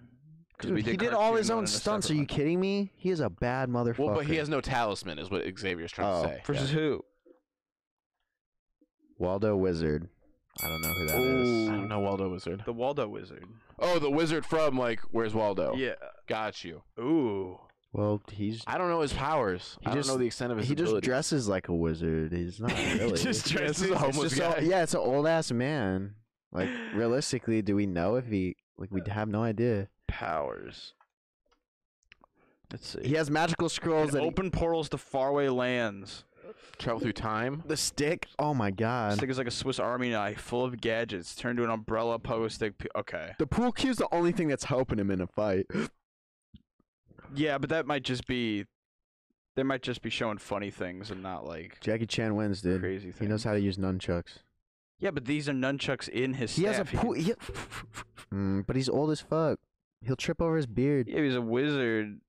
Speaker 2: 'Cause
Speaker 1: Dude,
Speaker 2: we
Speaker 1: he did all his
Speaker 2: cartoon one
Speaker 1: own
Speaker 2: and a
Speaker 1: stunts. Are
Speaker 2: separate
Speaker 1: you
Speaker 2: one.
Speaker 1: kidding me? He is a bad motherfucker.
Speaker 3: Well, but he has no talisman, is what Xavier's trying
Speaker 1: Oh,
Speaker 3: to say.
Speaker 2: Versus who?
Speaker 1: Waldo Wizard. I don't know who that is.
Speaker 3: I don't know Waldo Wizard.
Speaker 2: The Waldo Wizard.
Speaker 3: Oh, the wizard from like Where's Waldo?
Speaker 2: Yeah.
Speaker 3: Got you.
Speaker 2: Ooh.
Speaker 1: Well, he's
Speaker 3: I don't know his powers.
Speaker 1: He
Speaker 3: I
Speaker 1: just-
Speaker 3: don't know the extent of his
Speaker 1: he just
Speaker 3: abilities.
Speaker 1: dresses like a wizard. He's not really.
Speaker 2: just
Speaker 1: It's
Speaker 2: dresses
Speaker 3: This is a homeless
Speaker 1: just
Speaker 3: guy.
Speaker 1: a- yeah, it's an old ass man. Like realistically, do we know if he like we have no idea?
Speaker 2: powers. Let's see.
Speaker 1: He has magical scrolls
Speaker 2: And
Speaker 1: that he-
Speaker 2: open portals to faraway lands.
Speaker 3: Travel through time.
Speaker 1: the stick. Oh my
Speaker 2: This
Speaker 1: god.
Speaker 2: thing is like a Swiss Army knife, full of gadgets. Turned to an umbrella post. They p- Okay.
Speaker 1: The pool cue's the only thing that's helping him in a fight.
Speaker 2: Yeah, but that might just be. They might just be showing funny things and not like
Speaker 1: Jackie Chan wins, dude.
Speaker 2: crazy things.
Speaker 1: He knows how to use nunchucks.
Speaker 2: Yeah, but these are nunchucks in his.
Speaker 1: He has a
Speaker 2: staff.
Speaker 1: pool. He... Mm, but he's old as fuck. He'll trip over his beard.
Speaker 2: Yeah, he's a wizard.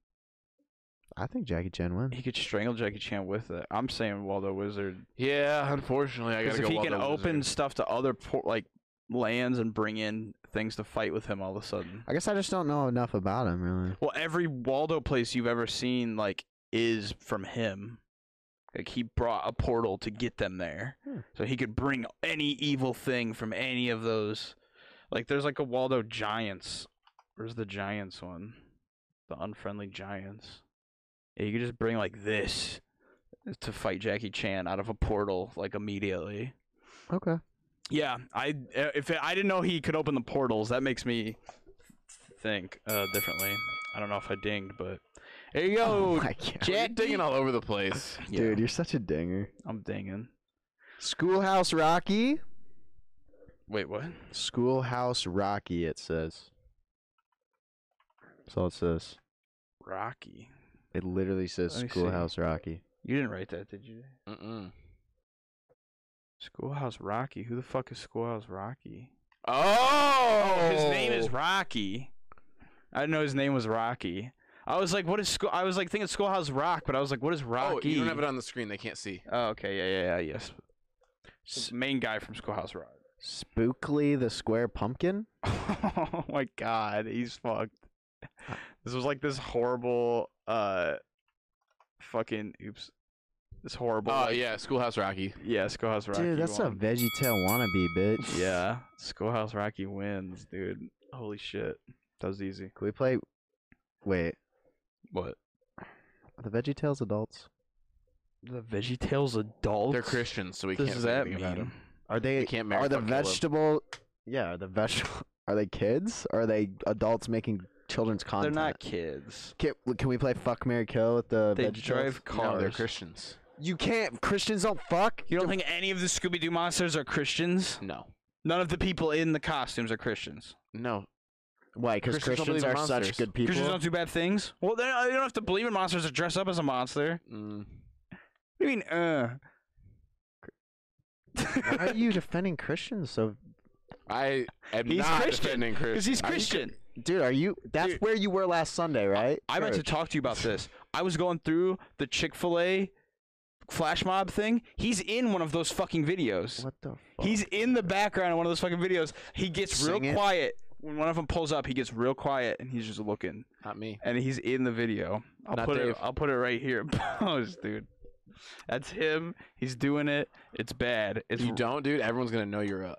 Speaker 1: I think Jackie Chan wins.
Speaker 2: He could strangle Jackie Chan with it. I'm saying Waldo Wizard.
Speaker 3: Yeah, unfortunately, I
Speaker 2: Because
Speaker 3: gotta
Speaker 2: if
Speaker 3: go.
Speaker 2: he can
Speaker 3: Waldo
Speaker 2: open
Speaker 3: Wizard.
Speaker 2: stuff to other por- like lands and bring in things to fight with him all of a sudden.
Speaker 1: I guess I just don't know enough about him, really.
Speaker 2: Well, every Waldo place you've ever seen like is from him. Like he brought a portal to get them there,
Speaker 1: Hmm.
Speaker 2: so he could bring any evil thing from any of those. Like there's like a Waldo Giants. Where's the Giants one? The unfriendly Giants. Yeah, you could just bring like this to fight Jackie Chan out of a portal like immediately.
Speaker 1: Okay.
Speaker 2: Yeah, I uh, if I didn't know he could open the portals, that makes me think uh, differently. I don't know if I dinged, but there you
Speaker 3: Oh
Speaker 2: go,
Speaker 1: my God.
Speaker 2: Jack.
Speaker 3: digging all over the place.
Speaker 2: Yeah,
Speaker 1: Dude, you're such a dinger.
Speaker 2: I'm dinging.
Speaker 1: Schoolhouse Rocky?
Speaker 2: Wait, what?
Speaker 1: Schoolhouse Rocky, it says. That's all it says.
Speaker 2: Rocky,
Speaker 1: It literally says
Speaker 2: Let me see.
Speaker 1: Schoolhouse Rocky.
Speaker 2: you didn't write that, did you?
Speaker 3: Mm-mm.
Speaker 2: Schoolhouse Rocky. Who the fuck is Schoolhouse Rocky?
Speaker 3: Oh,
Speaker 2: His name is Rocky. I didn't know his name was Rocky. I was like, what is school? I was like thinking Schoolhouse Rock, but I was like, what is
Speaker 3: Oh,
Speaker 2: Rocky?
Speaker 3: you don't have it on the screen. They can't see.
Speaker 2: Oh, okay, yeah, yeah, yeah, yes. S- main guy from Schoolhouse Rock.
Speaker 1: Spookly the Square Pumpkin?
Speaker 2: oh my god, he's fucked. This was like this horrible, uh, fucking oops, this horrible.
Speaker 3: Oh
Speaker 2: like-
Speaker 3: yeah, Schoolhouse Rocky.
Speaker 2: yeah, Schoolhouse Rocky.
Speaker 1: Dude, that's a
Speaker 2: won.
Speaker 1: Veggie Tale wannabe, bitch.
Speaker 2: Yeah, Schoolhouse Rocky wins, dude. Holy shit, that was easy.
Speaker 1: Can we play? Wait,
Speaker 2: What?
Speaker 1: are the Veggie Tales adults?
Speaker 2: The Veggie Tales adults.
Speaker 3: They're Christians, so we
Speaker 2: What does
Speaker 3: can't say
Speaker 2: that
Speaker 3: anything about
Speaker 2: mean?
Speaker 3: them.
Speaker 1: Are they?
Speaker 3: We can't marry.
Speaker 1: Are the
Speaker 3: fuck, kill 'em.
Speaker 1: vegetable? Yeah, are the vegetable? Are they kids? Are they adults making children's
Speaker 2: They're
Speaker 1: content?
Speaker 2: not kids.
Speaker 1: Can, can we play Fuck Mary Kill with the
Speaker 2: They
Speaker 1: Veggie Tales?
Speaker 2: drive cars.
Speaker 3: No, they're Christians.
Speaker 1: You can't. Christians don't fuck.
Speaker 2: You don't think any of the Scooby Doo monsters are Christians?
Speaker 3: No,
Speaker 2: None of the people in the costumes are Christians.
Speaker 3: no.
Speaker 1: Why? Because
Speaker 3: Christians don't
Speaker 1: Christians, are
Speaker 3: believe in
Speaker 1: such
Speaker 3: monsters.
Speaker 1: good people.
Speaker 2: Christians don't do bad things. Well, they don't, you don't have to believe in monsters to dress up as a monster.
Speaker 3: Mm.
Speaker 2: What do you mean, uh?
Speaker 1: Why are you defending Christians so?
Speaker 3: I am
Speaker 2: He's
Speaker 3: not
Speaker 2: Christian,
Speaker 3: defending
Speaker 2: Because
Speaker 3: Christians.
Speaker 2: he's
Speaker 3: I-
Speaker 2: Christian.
Speaker 1: Dude, are you? That's
Speaker 2: Dude.
Speaker 1: where you were last Sunday, right?
Speaker 2: I meant to
Speaker 1: Church.
Speaker 2: talk to you about this. I was going through the Chick fil A flash mob thing. He's in one of those fucking videos.
Speaker 1: What the? Fuck?
Speaker 2: He's in the background of one of those fucking videos. He gets
Speaker 1: Sing
Speaker 2: real
Speaker 1: it.
Speaker 2: quiet. When one of them pulls up, he gets real quiet and he's just looking.
Speaker 3: Not me.
Speaker 2: And he's in the video. I'll
Speaker 3: Not
Speaker 2: put it
Speaker 3: Dave.
Speaker 2: I'll put it right here. in Post, dude. That's him. He's doing it. It's bad. It's
Speaker 3: If you don't, dude, everyone's gonna know you're a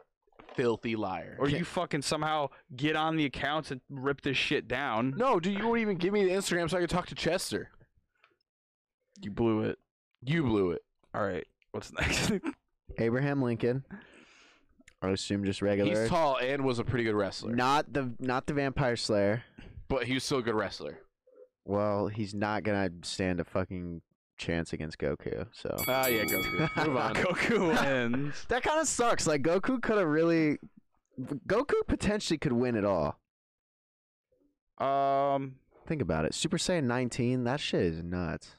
Speaker 3: filthy liar.
Speaker 2: or you fucking somehow get on the accounts and rip this shit down.
Speaker 3: no, dude, you won't even give me the Instagram so I could talk to Chester.
Speaker 2: You blew it.
Speaker 3: You blew it.
Speaker 2: All right. What's next?
Speaker 1: Abraham Lincoln. I assume just regular.
Speaker 3: He's tall and was a pretty good wrestler,
Speaker 1: Not the not the Vampire Slayer.
Speaker 3: but he was still a good wrestler.
Speaker 1: Well, he's not gonna stand a fucking chance against Goku. So
Speaker 3: Ah, yeah, Goku. Move on.
Speaker 2: Goku wins.
Speaker 1: that kind of sucks. Like Goku could have really, Goku potentially could win it all.
Speaker 2: Um,
Speaker 1: Think about it. Super Saiyan 19. That shit is nuts.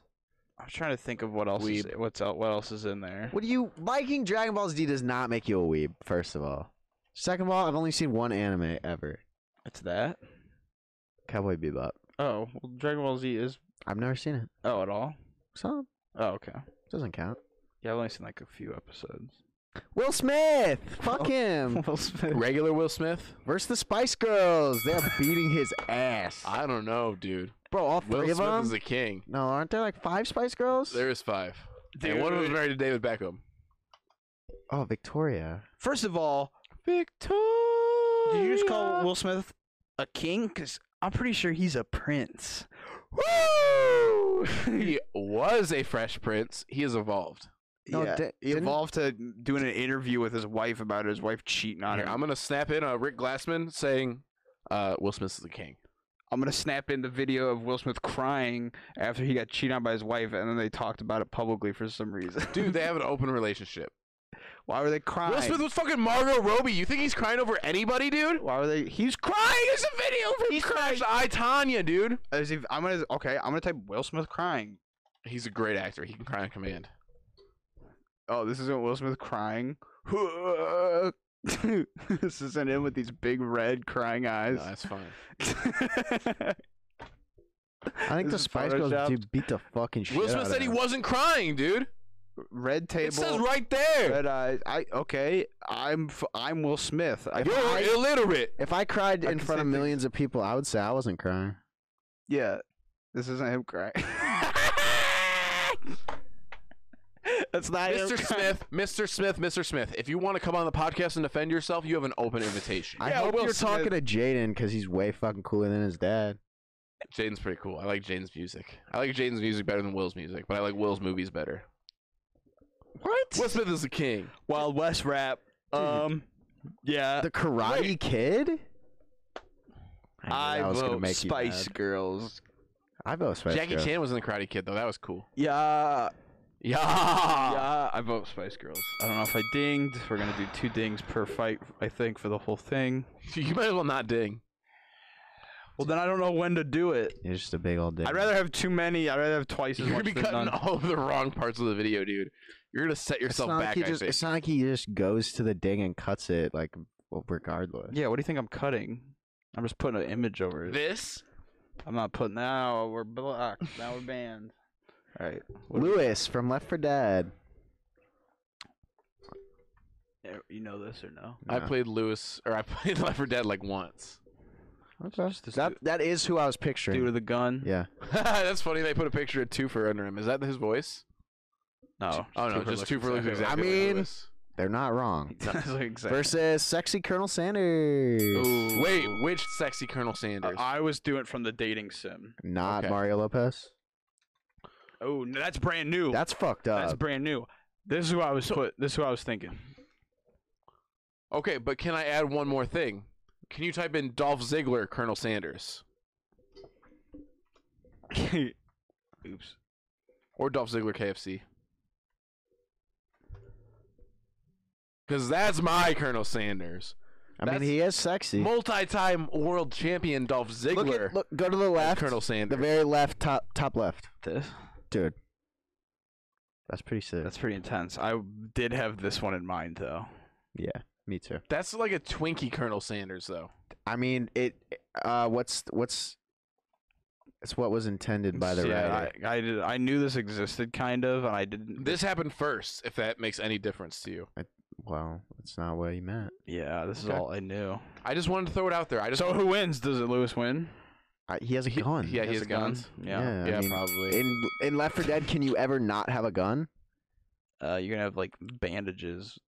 Speaker 2: I'm trying to think of what else is, what's el- what else is in there.
Speaker 1: What do you liking Dragon Ball Z does not make you a weeb. First of all. Second of all, I've only seen one anime ever.
Speaker 2: It's that.
Speaker 1: Cowboy Bebop.
Speaker 2: Oh, well, Dragon Ball Z is
Speaker 1: I've never seen it.
Speaker 2: oh at all.
Speaker 1: So
Speaker 2: Oh, okay.
Speaker 1: doesn't count.
Speaker 2: Yeah, I've only seen like a few episodes.
Speaker 1: Will Smith. Fuck him.
Speaker 2: Will Smith.
Speaker 3: Regular Will Smith?
Speaker 1: Versus the Spice Girls. They're beating his ass.
Speaker 3: I don't know, dude.
Speaker 1: Bro, all
Speaker 3: Will
Speaker 1: three
Speaker 3: Smith
Speaker 1: of them.
Speaker 3: is a king.
Speaker 1: No, aren't there like five Spice Girls?
Speaker 3: There is five. And one of them
Speaker 2: Dude.
Speaker 3: married to David Beckham.
Speaker 1: Oh, Victoria.
Speaker 2: First of all,
Speaker 3: Victoria.
Speaker 2: did you just call Will Smith a king? Because I'm pretty sure he's a prince.
Speaker 3: Woo! he was a Fresh Prince. He has evolved.
Speaker 1: No, di-
Speaker 2: he
Speaker 1: didn't-
Speaker 2: evolved to doing an interview with his wife about his wife cheating on
Speaker 3: Here,
Speaker 2: him.
Speaker 3: I'm gonna snap in uh, Rick Glassman saying, uh, "Will Smith is the king."
Speaker 2: I'm gonna snap in the video of Will Smith crying after he got cheated on by his wife, and then they talked about it publicly for some reason.
Speaker 3: Dude, they have an open relationship.
Speaker 2: why were they crying?
Speaker 3: Will Smith was fucking Margot Robbie. You think he's crying over anybody, dude?
Speaker 2: Why were they? He's
Speaker 3: Crying is a video from he's Crash I Tanya, dude.
Speaker 2: As if I'm gonna okay, I'm gonna type Will Smith crying.
Speaker 3: He's a great actor. He can cry on command.
Speaker 2: Oh, this isn't Will Smith crying. this isn't him with these big red crying eyes.
Speaker 3: No, that's fine.
Speaker 1: I think the
Speaker 2: This is
Speaker 1: Spice Girls
Speaker 2: photoshopped.
Speaker 1: do beat the fucking shit.
Speaker 3: Will Smith
Speaker 1: out
Speaker 3: said
Speaker 1: of
Speaker 3: he
Speaker 1: him.
Speaker 3: wasn't crying, dude.
Speaker 2: red table.
Speaker 3: It says right there.
Speaker 2: Red eyes. I okay. I'm f- I'm Will Smith. I,
Speaker 3: You're
Speaker 2: I-
Speaker 3: illiterate.
Speaker 1: If I cried
Speaker 2: I
Speaker 1: in
Speaker 2: can
Speaker 1: front
Speaker 2: say
Speaker 1: of
Speaker 2: things-
Speaker 1: millions of people, I would say I wasn't crying.
Speaker 2: yeah. This isn't him crying. That's not him crying.
Speaker 3: Mr. Smith, Mr. Smith, Mr. Smith, if you want to come on the podcast and defend yourself, you have an open invitation.
Speaker 1: I
Speaker 2: Yeah,
Speaker 1: hope
Speaker 2: Will
Speaker 1: you're
Speaker 2: Smith.
Speaker 1: talking to Jaden because he's way fucking cooler than his dad.
Speaker 3: Jaden's pretty cool. I like Jaden's music. I like Jaden's music better than Will's music, but I like Will's movies better.
Speaker 2: What?
Speaker 3: Will Smith is the king.
Speaker 2: Wild West rap. Um. Yeah.
Speaker 1: The Karate Kid. knew
Speaker 2: I,
Speaker 1: that was gonna
Speaker 2: vote
Speaker 1: make you
Speaker 2: Spice
Speaker 1: mad.
Speaker 2: Girls.
Speaker 1: I vote Spice
Speaker 3: Jackie
Speaker 1: Girls.
Speaker 3: Chan was in the Karate Kid though. That was cool.
Speaker 2: Yeah.
Speaker 3: Yeah.
Speaker 2: Yeah, Ah, I vote Spice Girls. I don't know if I dinged. We're gonna do two dings per fight, I think, for the whole thing.
Speaker 3: You might as well not ding.
Speaker 2: Well, then I don't know when to do it.
Speaker 1: You're just a big old dick.
Speaker 2: I'd rather have too many. I'd rather have twice as
Speaker 3: You're
Speaker 2: much
Speaker 3: gonna be
Speaker 2: than
Speaker 3: cutting
Speaker 2: none.
Speaker 3: all of the wrong parts of the video, dude. You're gonna set
Speaker 1: It's
Speaker 3: yourself
Speaker 1: not, like
Speaker 3: back.
Speaker 1: he
Speaker 3: I
Speaker 1: just,
Speaker 3: think.
Speaker 1: it's not like he just goes to the ding and cuts it like well, regardless.
Speaker 2: Yeah, what do you think I'm cutting? I'm just putting an image over it.
Speaker 3: This
Speaker 2: I'm not putting. Now we're blocked. Now we're banned. All right. What do we-
Speaker 1: Lewis from Left for Dead.
Speaker 2: Eh, You know this or no?
Speaker 3: I
Speaker 1: No.
Speaker 3: played Lewis, or I played Left 4 Dead like once.
Speaker 1: Okay.
Speaker 2: Just this
Speaker 1: That
Speaker 2: dude-
Speaker 1: that is who I was
Speaker 2: dude
Speaker 1: picturing.
Speaker 2: with a gun.
Speaker 1: Yeah.
Speaker 3: That's funny. They put a picture of Twofer under him. Is that his voice?
Speaker 2: No.
Speaker 3: oh no, just Twofer looks exactly.
Speaker 1: I
Speaker 3: like
Speaker 1: mean-
Speaker 3: Lewis.
Speaker 1: They're not wrong.
Speaker 2: That's like exactly.
Speaker 1: Versus sexy Colonel Sanders.
Speaker 2: Ooh.
Speaker 3: wait, which sexy Colonel
Speaker 2: I-
Speaker 3: Sanders?
Speaker 2: I was doing it from the dating sim.
Speaker 1: Not
Speaker 3: Okay.
Speaker 1: Mario Lopez.
Speaker 2: Oh, no, that's brand new.
Speaker 1: That's fucked up.
Speaker 2: That's brand new. This is who I was put. This is who I was thinking.
Speaker 3: uh, okay, but can I add one more thing? Can you type in Dolph Ziggler Colonel Sanders
Speaker 2: Oops.
Speaker 3: or Dolph Ziggler KFC? Because that's my Colonel Sanders,
Speaker 1: I mean,
Speaker 3: that's-
Speaker 1: he is sexy.
Speaker 3: multi-time world champion Dolph Ziggler.
Speaker 1: Look at look. Go to the
Speaker 3: as
Speaker 1: left.
Speaker 3: Colonel
Speaker 1: the
Speaker 3: Sanders.
Speaker 1: very left, top top left,
Speaker 2: This.
Speaker 1: dude. That's pretty sick.
Speaker 2: That's pretty intense. I did have this one in mind though.
Speaker 1: yeah, me too.
Speaker 3: that's like a Twinkie Colonel Sanders, though.
Speaker 1: I mean, it. Uh, what's what's. It's what was intended by the
Speaker 2: yeah,
Speaker 1: writer.
Speaker 2: I, I did. I knew this existed kind of, and I didn't.
Speaker 3: This happened first, if that makes any difference to you.
Speaker 1: Well, that's not what he meant.
Speaker 2: Yeah, this is
Speaker 3: Okay.
Speaker 2: all I knew.
Speaker 3: I just wanted to throw it out there. I just
Speaker 2: So who wins? Does it Lewis win?
Speaker 1: I, he has a
Speaker 3: He-
Speaker 1: gun.
Speaker 3: Yeah, he has
Speaker 2: a
Speaker 3: guns.
Speaker 2: Yeah.
Speaker 1: I
Speaker 3: Yeah,
Speaker 1: mean,
Speaker 3: probably.
Speaker 1: In in Left 4 Dead, can you ever not have a gun?
Speaker 2: Uh, you're gonna have like bandages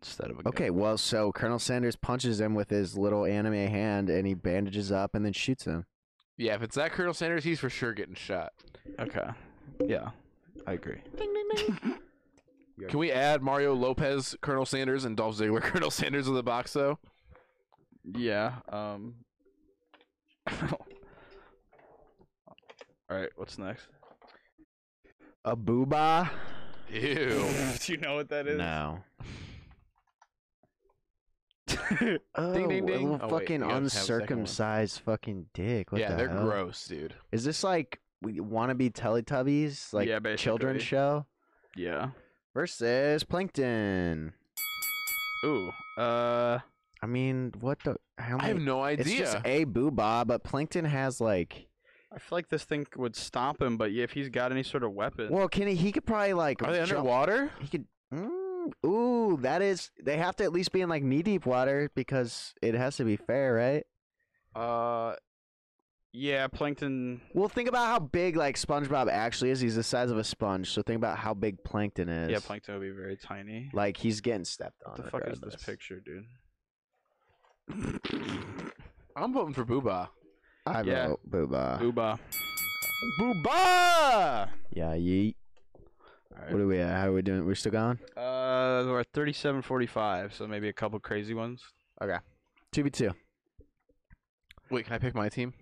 Speaker 2: instead of a gun.
Speaker 1: Okay, well, so Colonel Sanders punches him with his little anime hand, and he bandages up and then shoots him.
Speaker 3: yeah, if it's that Colonel Sanders, he's for sure getting shot.
Speaker 2: Okay. Yeah, I agree.
Speaker 3: Can we add Mario Lopez, Colonel Sanders, and Dolph Ziggler, Colonel Sanders in the box though?
Speaker 2: Yeah. Um. all right. What's next?
Speaker 1: A booba?
Speaker 3: Ew.
Speaker 2: Do you know what that is?
Speaker 1: No. Oh,
Speaker 3: Ding, ding,
Speaker 1: a
Speaker 3: ding.
Speaker 1: little
Speaker 3: Oh, wait,
Speaker 1: fucking
Speaker 3: we gotta have a second one.
Speaker 1: uncircumcised fucking dick. What
Speaker 3: yeah,
Speaker 1: the
Speaker 3: they're
Speaker 1: hell?
Speaker 3: gross, dude.
Speaker 1: Is this like we wannabe Teletubbies, like
Speaker 2: Yeah,
Speaker 1: children's
Speaker 2: basically.
Speaker 1: show
Speaker 2: Yeah.
Speaker 1: versus Plankton?
Speaker 2: Ooh. Uh.
Speaker 1: I mean, what the? How
Speaker 3: I
Speaker 1: many?
Speaker 3: have no
Speaker 1: it's just
Speaker 3: idea.
Speaker 1: a booba, but Plankton has like.
Speaker 2: I feel like this thing would stop him, but yeah, if he's got any sort of weapon,
Speaker 1: Well, can he? He could probably like.
Speaker 3: Are they
Speaker 1: jump-
Speaker 3: underwater?
Speaker 1: He could. Mm, ooh, that is. They have to at least be in like knee deep water because it has to be fair, right?
Speaker 2: uh, yeah, plankton.
Speaker 1: Well, think about how big like SpongeBob actually is. He's the size of a sponge, so think about how big Plankton is.
Speaker 2: Yeah, plankton would be very tiny.
Speaker 1: Like he's getting stepped on.
Speaker 2: what the fuck is this
Speaker 1: regardless.
Speaker 2: picture, dude?
Speaker 3: I'm voting for Booba.
Speaker 1: I
Speaker 2: Yeah.
Speaker 1: vote booba.
Speaker 2: Booba. Booba.
Speaker 1: Yeah, yeet. What are we at? How are we doing? We're still going?
Speaker 2: Uh, we're at thirty-seven forty-five, so maybe a couple crazy ones.
Speaker 1: 2v2.
Speaker 3: Wait, can I pick my team?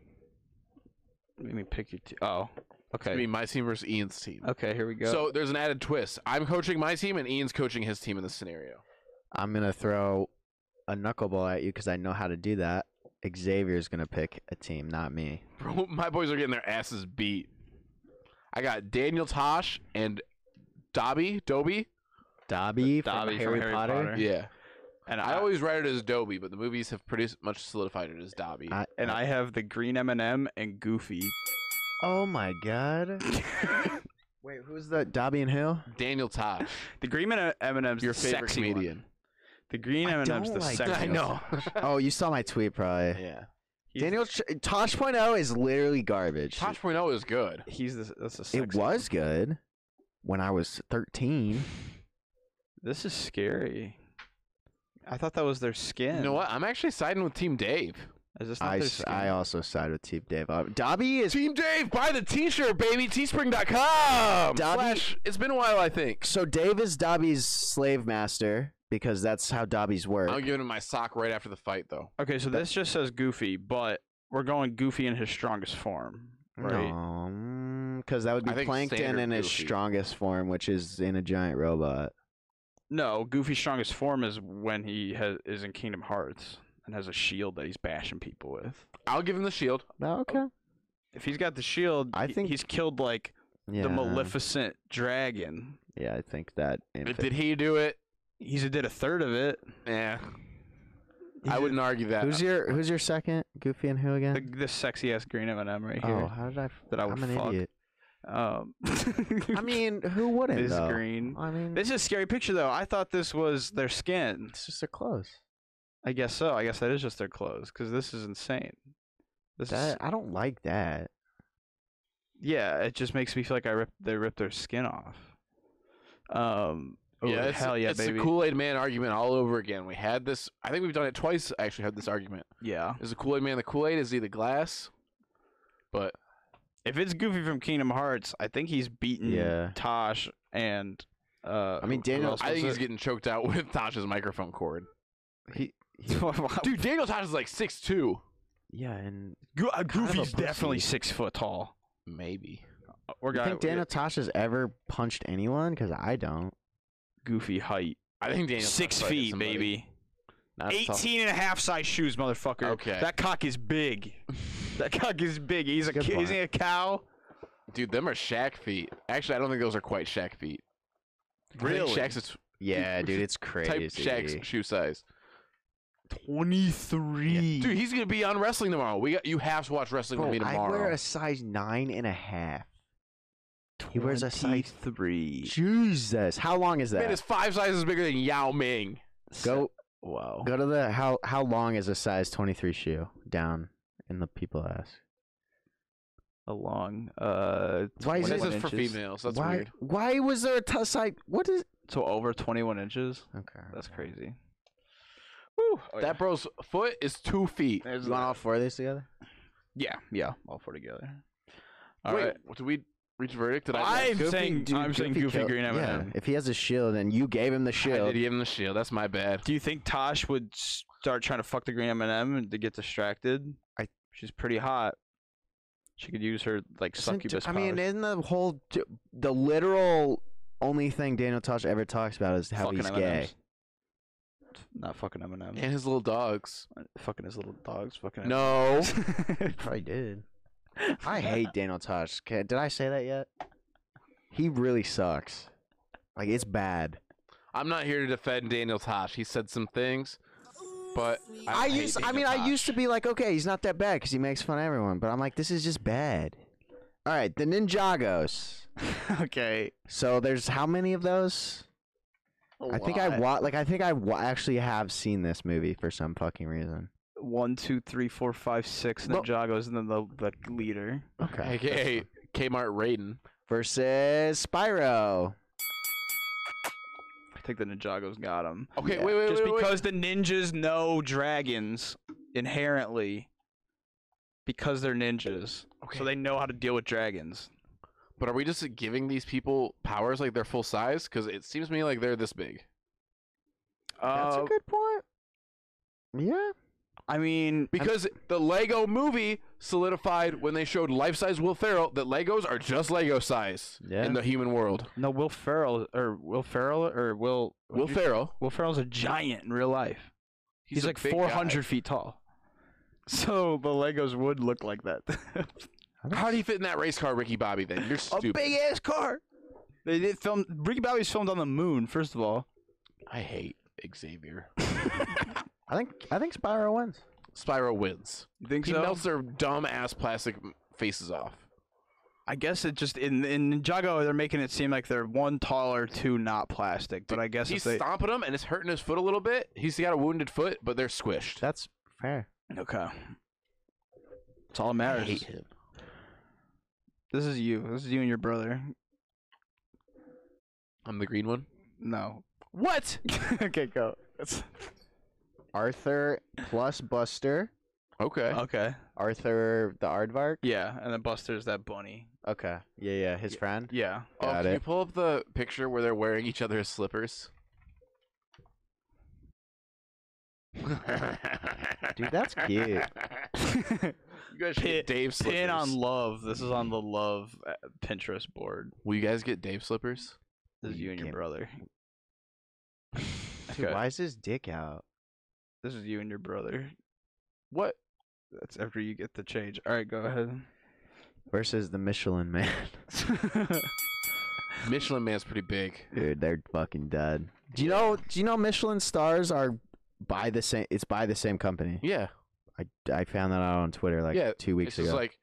Speaker 2: Let me pick your. T- oh,
Speaker 3: I
Speaker 2: okay.
Speaker 3: mean, my team versus Ian's team.
Speaker 2: Okay, here we go.
Speaker 3: So there's an added twist. I'm coaching my team, and Ian's coaching his team in this scenario.
Speaker 1: I'm going to throw a knuckleball at you because I know how to do that. Xavier's going to pick a team, not me.
Speaker 3: Bro, my boys are getting their asses beat. I got Daniel Tosh and Dobby. Dobby.
Speaker 1: Dobby,
Speaker 2: Dobby
Speaker 1: from, Harry, Potter.
Speaker 3: Yeah.
Speaker 2: and
Speaker 3: I
Speaker 2: I
Speaker 3: always write it as Dobby, but the movies have pretty s- much solidified it as Dobby.
Speaker 1: I-
Speaker 2: and I have the green M and m and Goofy.
Speaker 1: Oh my god. Wait, who's the Dobby and Hill?
Speaker 3: Daniel Tosh,
Speaker 2: The green M and M's
Speaker 3: your
Speaker 2: the
Speaker 3: favorite
Speaker 2: sexy
Speaker 3: comedian.
Speaker 2: One. The green
Speaker 1: I
Speaker 2: M and M's
Speaker 1: don't
Speaker 2: the
Speaker 1: like
Speaker 2: sexy.
Speaker 1: that.
Speaker 3: I know.
Speaker 1: Oh, you saw my tweet probably.
Speaker 3: yeah.
Speaker 2: He's,
Speaker 1: Daniel Ch- Tosh.0 is literally garbage.
Speaker 3: Tosh.0 is good.
Speaker 2: He's the. That's a oh sexy.
Speaker 1: it was good when I was 13.
Speaker 2: This is scary. I thought that was their skin.
Speaker 3: You know what? I'm actually siding with Team Dave.
Speaker 2: Is this not
Speaker 1: I,
Speaker 2: their
Speaker 1: s-
Speaker 2: skin?
Speaker 1: I also side with Team Dave. Uh, Dobby is
Speaker 3: Team Dave, buy the t-shirt, baby. Teespring.com.
Speaker 1: Dobby-
Speaker 3: Slash, it's been a while, I think.
Speaker 1: So Dave is Dobby's slave master because that's how Dobby's work.
Speaker 2: Oh,
Speaker 3: I'm giving him my sock right after the fight, though.
Speaker 2: okay, so this just says Goofy, but we're going Goofy in his strongest form, right?
Speaker 1: No, because that would
Speaker 3: I
Speaker 1: be
Speaker 3: think
Speaker 1: Plankton
Speaker 3: standard
Speaker 1: in his
Speaker 3: Goofy.
Speaker 1: strongest form, which is in a giant robot.
Speaker 2: No, Goofy's strongest form is when he has, is in Kingdom Hearts and has a shield that he's bashing people with.
Speaker 3: I'll give him the shield.
Speaker 2: Oh,
Speaker 1: Oh, okay.
Speaker 2: If he's got the shield,
Speaker 1: I
Speaker 2: he-
Speaker 1: think-
Speaker 2: he's killed like
Speaker 1: Yeah.
Speaker 2: the Maleficent dragon.
Speaker 1: Yeah, I think that. infant-
Speaker 3: Did he do it?
Speaker 2: He's did a third of it.
Speaker 3: Yeah. I wouldn't argue that.
Speaker 1: Who's your Who's your second? Goofy and who again?
Speaker 2: The, this sexy ass green M&M right here
Speaker 1: oh, how did I? f-
Speaker 2: that I would
Speaker 1: I'm an
Speaker 2: fuck.
Speaker 1: idiot.
Speaker 2: Um,
Speaker 1: Oh. I mean, who wouldn't?
Speaker 2: Miss
Speaker 1: though?
Speaker 2: Green.
Speaker 1: I mean,
Speaker 2: This is a scary picture though. I thought this was their skin.
Speaker 1: it's just their clothes.
Speaker 2: I guess so. I guess that is just their clothes because this is insane. This is
Speaker 1: That I don't like that.
Speaker 2: yeah. It just makes me feel like I ripped they ripped their skin off. Um. oh,
Speaker 3: yeah, it's,
Speaker 2: hell yeah,
Speaker 3: it's
Speaker 2: baby.
Speaker 3: the Kool Aid Man argument all over again. We had this. I think we've done it twice. I actually had this argument.
Speaker 2: yeah.
Speaker 3: Is the Kool Aid Man the Kool Aid? Is he the glass? But
Speaker 2: If it's Goofy from Kingdom Hearts, I think he's beaten
Speaker 1: Yeah.
Speaker 2: Tosh and. Uh,
Speaker 1: I mean,
Speaker 2: who- who
Speaker 1: Daniel-
Speaker 2: else
Speaker 3: I
Speaker 2: was
Speaker 3: think he's
Speaker 2: it?
Speaker 3: getting choked out with Tasha's microphone cord.
Speaker 1: He,
Speaker 3: Dude, Daniel Tosh is like six two.
Speaker 1: yeah, and
Speaker 2: Go- uh,
Speaker 1: of a
Speaker 2: Goofy's definitely
Speaker 1: pussy.
Speaker 2: six foot tall.
Speaker 3: Maybe.
Speaker 2: Or
Speaker 1: you
Speaker 2: guy,
Speaker 1: think Daniel Tasha's ever punched anyone? Because I don't.
Speaker 2: Goofy height.
Speaker 3: I think Daniel
Speaker 2: Six
Speaker 3: Tosh is like
Speaker 2: feet,
Speaker 3: somebody-
Speaker 2: baby.
Speaker 3: Not as tall-
Speaker 2: 18 and a half size shoes, motherfucker.
Speaker 3: Okay.
Speaker 2: That cock is big. that cock is big. He's a
Speaker 1: Good
Speaker 2: ki-
Speaker 1: point.
Speaker 2: Is he a cow?
Speaker 3: Dude, them are Shaq feet. Actually, I don't think those are quite Shaq feet. I
Speaker 2: Really?
Speaker 3: think Shaq's is
Speaker 1: Yeah, dude, it's crazy.
Speaker 3: type Shaq's shoe size.
Speaker 2: 23.
Speaker 3: Dude, he's gonna be on wrestling tomorrow. We got, you have to watch wrestling
Speaker 1: Bro,
Speaker 3: with me
Speaker 1: I
Speaker 3: tomorrow.
Speaker 1: wear a size nine and a half. he wears a size-
Speaker 2: three.
Speaker 1: Jesus, how long is
Speaker 3: Man
Speaker 1: that?
Speaker 3: is five sizes bigger than Yao Ming.
Speaker 1: Go
Speaker 2: Wow.
Speaker 1: go to the how how long is a size twenty three shoe down in the people ask.
Speaker 2: Along. Uh,
Speaker 1: Why is it-
Speaker 2: 21
Speaker 3: This is for
Speaker 2: inches.
Speaker 3: females. That's
Speaker 1: why
Speaker 3: weird.
Speaker 1: why was there a t- size? What is?
Speaker 2: So over 21 inches?
Speaker 1: Okay,
Speaker 2: That's crazy. Whew. Oh,
Speaker 3: That bro's foot is two feet.
Speaker 1: you want all four of these together?
Speaker 2: yeah. yeah, yeah. All four together. All
Speaker 3: Wait,
Speaker 2: right.
Speaker 3: did we reach a verdict? Did I?
Speaker 2: I'm saying I'm saying Goofy
Speaker 1: kill-
Speaker 2: Green M&M.
Speaker 1: yeah, if he has a shield and you gave him the
Speaker 3: I
Speaker 1: shield,
Speaker 3: did give him the shield. That's my bad.
Speaker 2: Do you think Tosh would start trying to fuck the green M&M and to get distracted?
Speaker 1: I-
Speaker 2: she's pretty hot. She could use her like
Speaker 1: Isn't d-
Speaker 2: succubus
Speaker 1: I mean,
Speaker 2: powers.
Speaker 1: isn't the whole d- the literal only thing Daniel Tosh ever talks about is how
Speaker 2: fucking
Speaker 1: he's gay?
Speaker 2: M&Ms. Not fucking M&M.
Speaker 3: And his little dogs.
Speaker 2: Fucking his little dogs. Fucking
Speaker 3: No.
Speaker 1: Probably did. I hate Daniel Tosh. Ca- Did I say that yet? He really sucks. Like it's bad.
Speaker 3: I'm not here to defend Daniel Tosh. He said some things, but I,
Speaker 1: I
Speaker 3: hate
Speaker 1: used. I
Speaker 3: Daniel
Speaker 1: mean, I used to
Speaker 3: Tosh.
Speaker 1: be like, okay, he's not that bad because he makes fun of everyone. But I'm like, this is just bad. All right, the Ninjagos.
Speaker 2: okay.
Speaker 1: So there's how many of those? I think I wa- like I think I wa- actually have seen this movie for some fucking reason.
Speaker 2: One, two, three, four, five, six
Speaker 1: Well-
Speaker 2: Ninjagos, and then the the leader.
Speaker 1: Okay.
Speaker 3: AKA Kmart Raiden.
Speaker 1: Versus Spyro.
Speaker 2: I think the Ninjagos got him.
Speaker 3: Okay,
Speaker 1: Yeah.
Speaker 3: wait, wait,
Speaker 2: Just
Speaker 3: wait, wait.
Speaker 2: because the ninjas know dragons inherently, because they're ninjas,
Speaker 3: Okay.
Speaker 2: so they know how to deal with dragons.
Speaker 3: But are we just giving these people powers like they're full size? Because it seems to me like they're this big.
Speaker 1: That's a
Speaker 2: Uh,
Speaker 1: good point. Yeah.
Speaker 2: I mean,
Speaker 3: Because the Lego movie solidified when they showed life size Will Ferrell that Legos are just Lego size
Speaker 1: Yeah.
Speaker 3: in the human world.
Speaker 2: no, Will Ferrell or Will Ferrell or Will
Speaker 3: Will Ferrell,
Speaker 2: Will Ferrell's a giant in real life. He's,
Speaker 3: a
Speaker 2: like
Speaker 3: big guy.
Speaker 2: 400 feet tall. So the Legos would look like that.
Speaker 3: How do you fit in that race car, Ricky Bobby? Then you're
Speaker 2: a
Speaker 3: stupid.
Speaker 2: big ass car. They did film. Ricky Bobby's filmed on the moon. First of all,
Speaker 3: I hate Xavier.
Speaker 1: I think I think Spyro wins.
Speaker 3: Spyro wins.
Speaker 2: you think
Speaker 3: He
Speaker 2: so?
Speaker 3: melts their dumb ass plastic m- faces off.
Speaker 2: I guess it just in in Ninjago they're making it seem like they're one taller, two not plastic. But I guess
Speaker 3: He's
Speaker 2: if they
Speaker 3: stomping him and it's hurting his foot a little bit. He's got a wounded foot, but they're squished.
Speaker 1: That's fair.
Speaker 2: okay, it's all that matters.
Speaker 3: him.
Speaker 2: This is you. This is you and your brother.
Speaker 3: I'm the green one.
Speaker 2: No.
Speaker 3: What?
Speaker 2: okay, go. That's...
Speaker 1: Arthur plus Buster.
Speaker 3: Okay.
Speaker 2: Okay.
Speaker 1: Arthur the Aardvark.
Speaker 2: Yeah, and then Buster's that bunny.
Speaker 1: Okay. Yeah, yeah. His friend.
Speaker 2: Yeah.
Speaker 3: oh,
Speaker 1: Got
Speaker 3: can you
Speaker 1: it.
Speaker 3: pull up the picture where they're wearing each other's slippers?
Speaker 1: Dude, that's cute.
Speaker 3: You guys should get
Speaker 2: Pin-
Speaker 3: Dave slippers.
Speaker 2: Pin on love. This is on the love uh, Pinterest board.
Speaker 3: Will you guys get Dave slippers?
Speaker 2: This is you and your
Speaker 1: Can't-
Speaker 2: brother.
Speaker 1: Dude,
Speaker 2: Okay.
Speaker 1: why is his dick out?
Speaker 2: This is you and your brother.
Speaker 3: What?
Speaker 2: That's after you get the change. All right, go
Speaker 1: Versus the Michelin Man.
Speaker 2: ahead.
Speaker 3: Michelin Man's pretty big.
Speaker 1: Dude, they're fucking dead. Do you know? Do you know Michelin stars are by the same? It's by the same company.
Speaker 3: Yeah.
Speaker 1: I, I found that out on Twitter like
Speaker 3: Yeah,
Speaker 1: two weeks
Speaker 3: it's just
Speaker 1: ago.
Speaker 3: like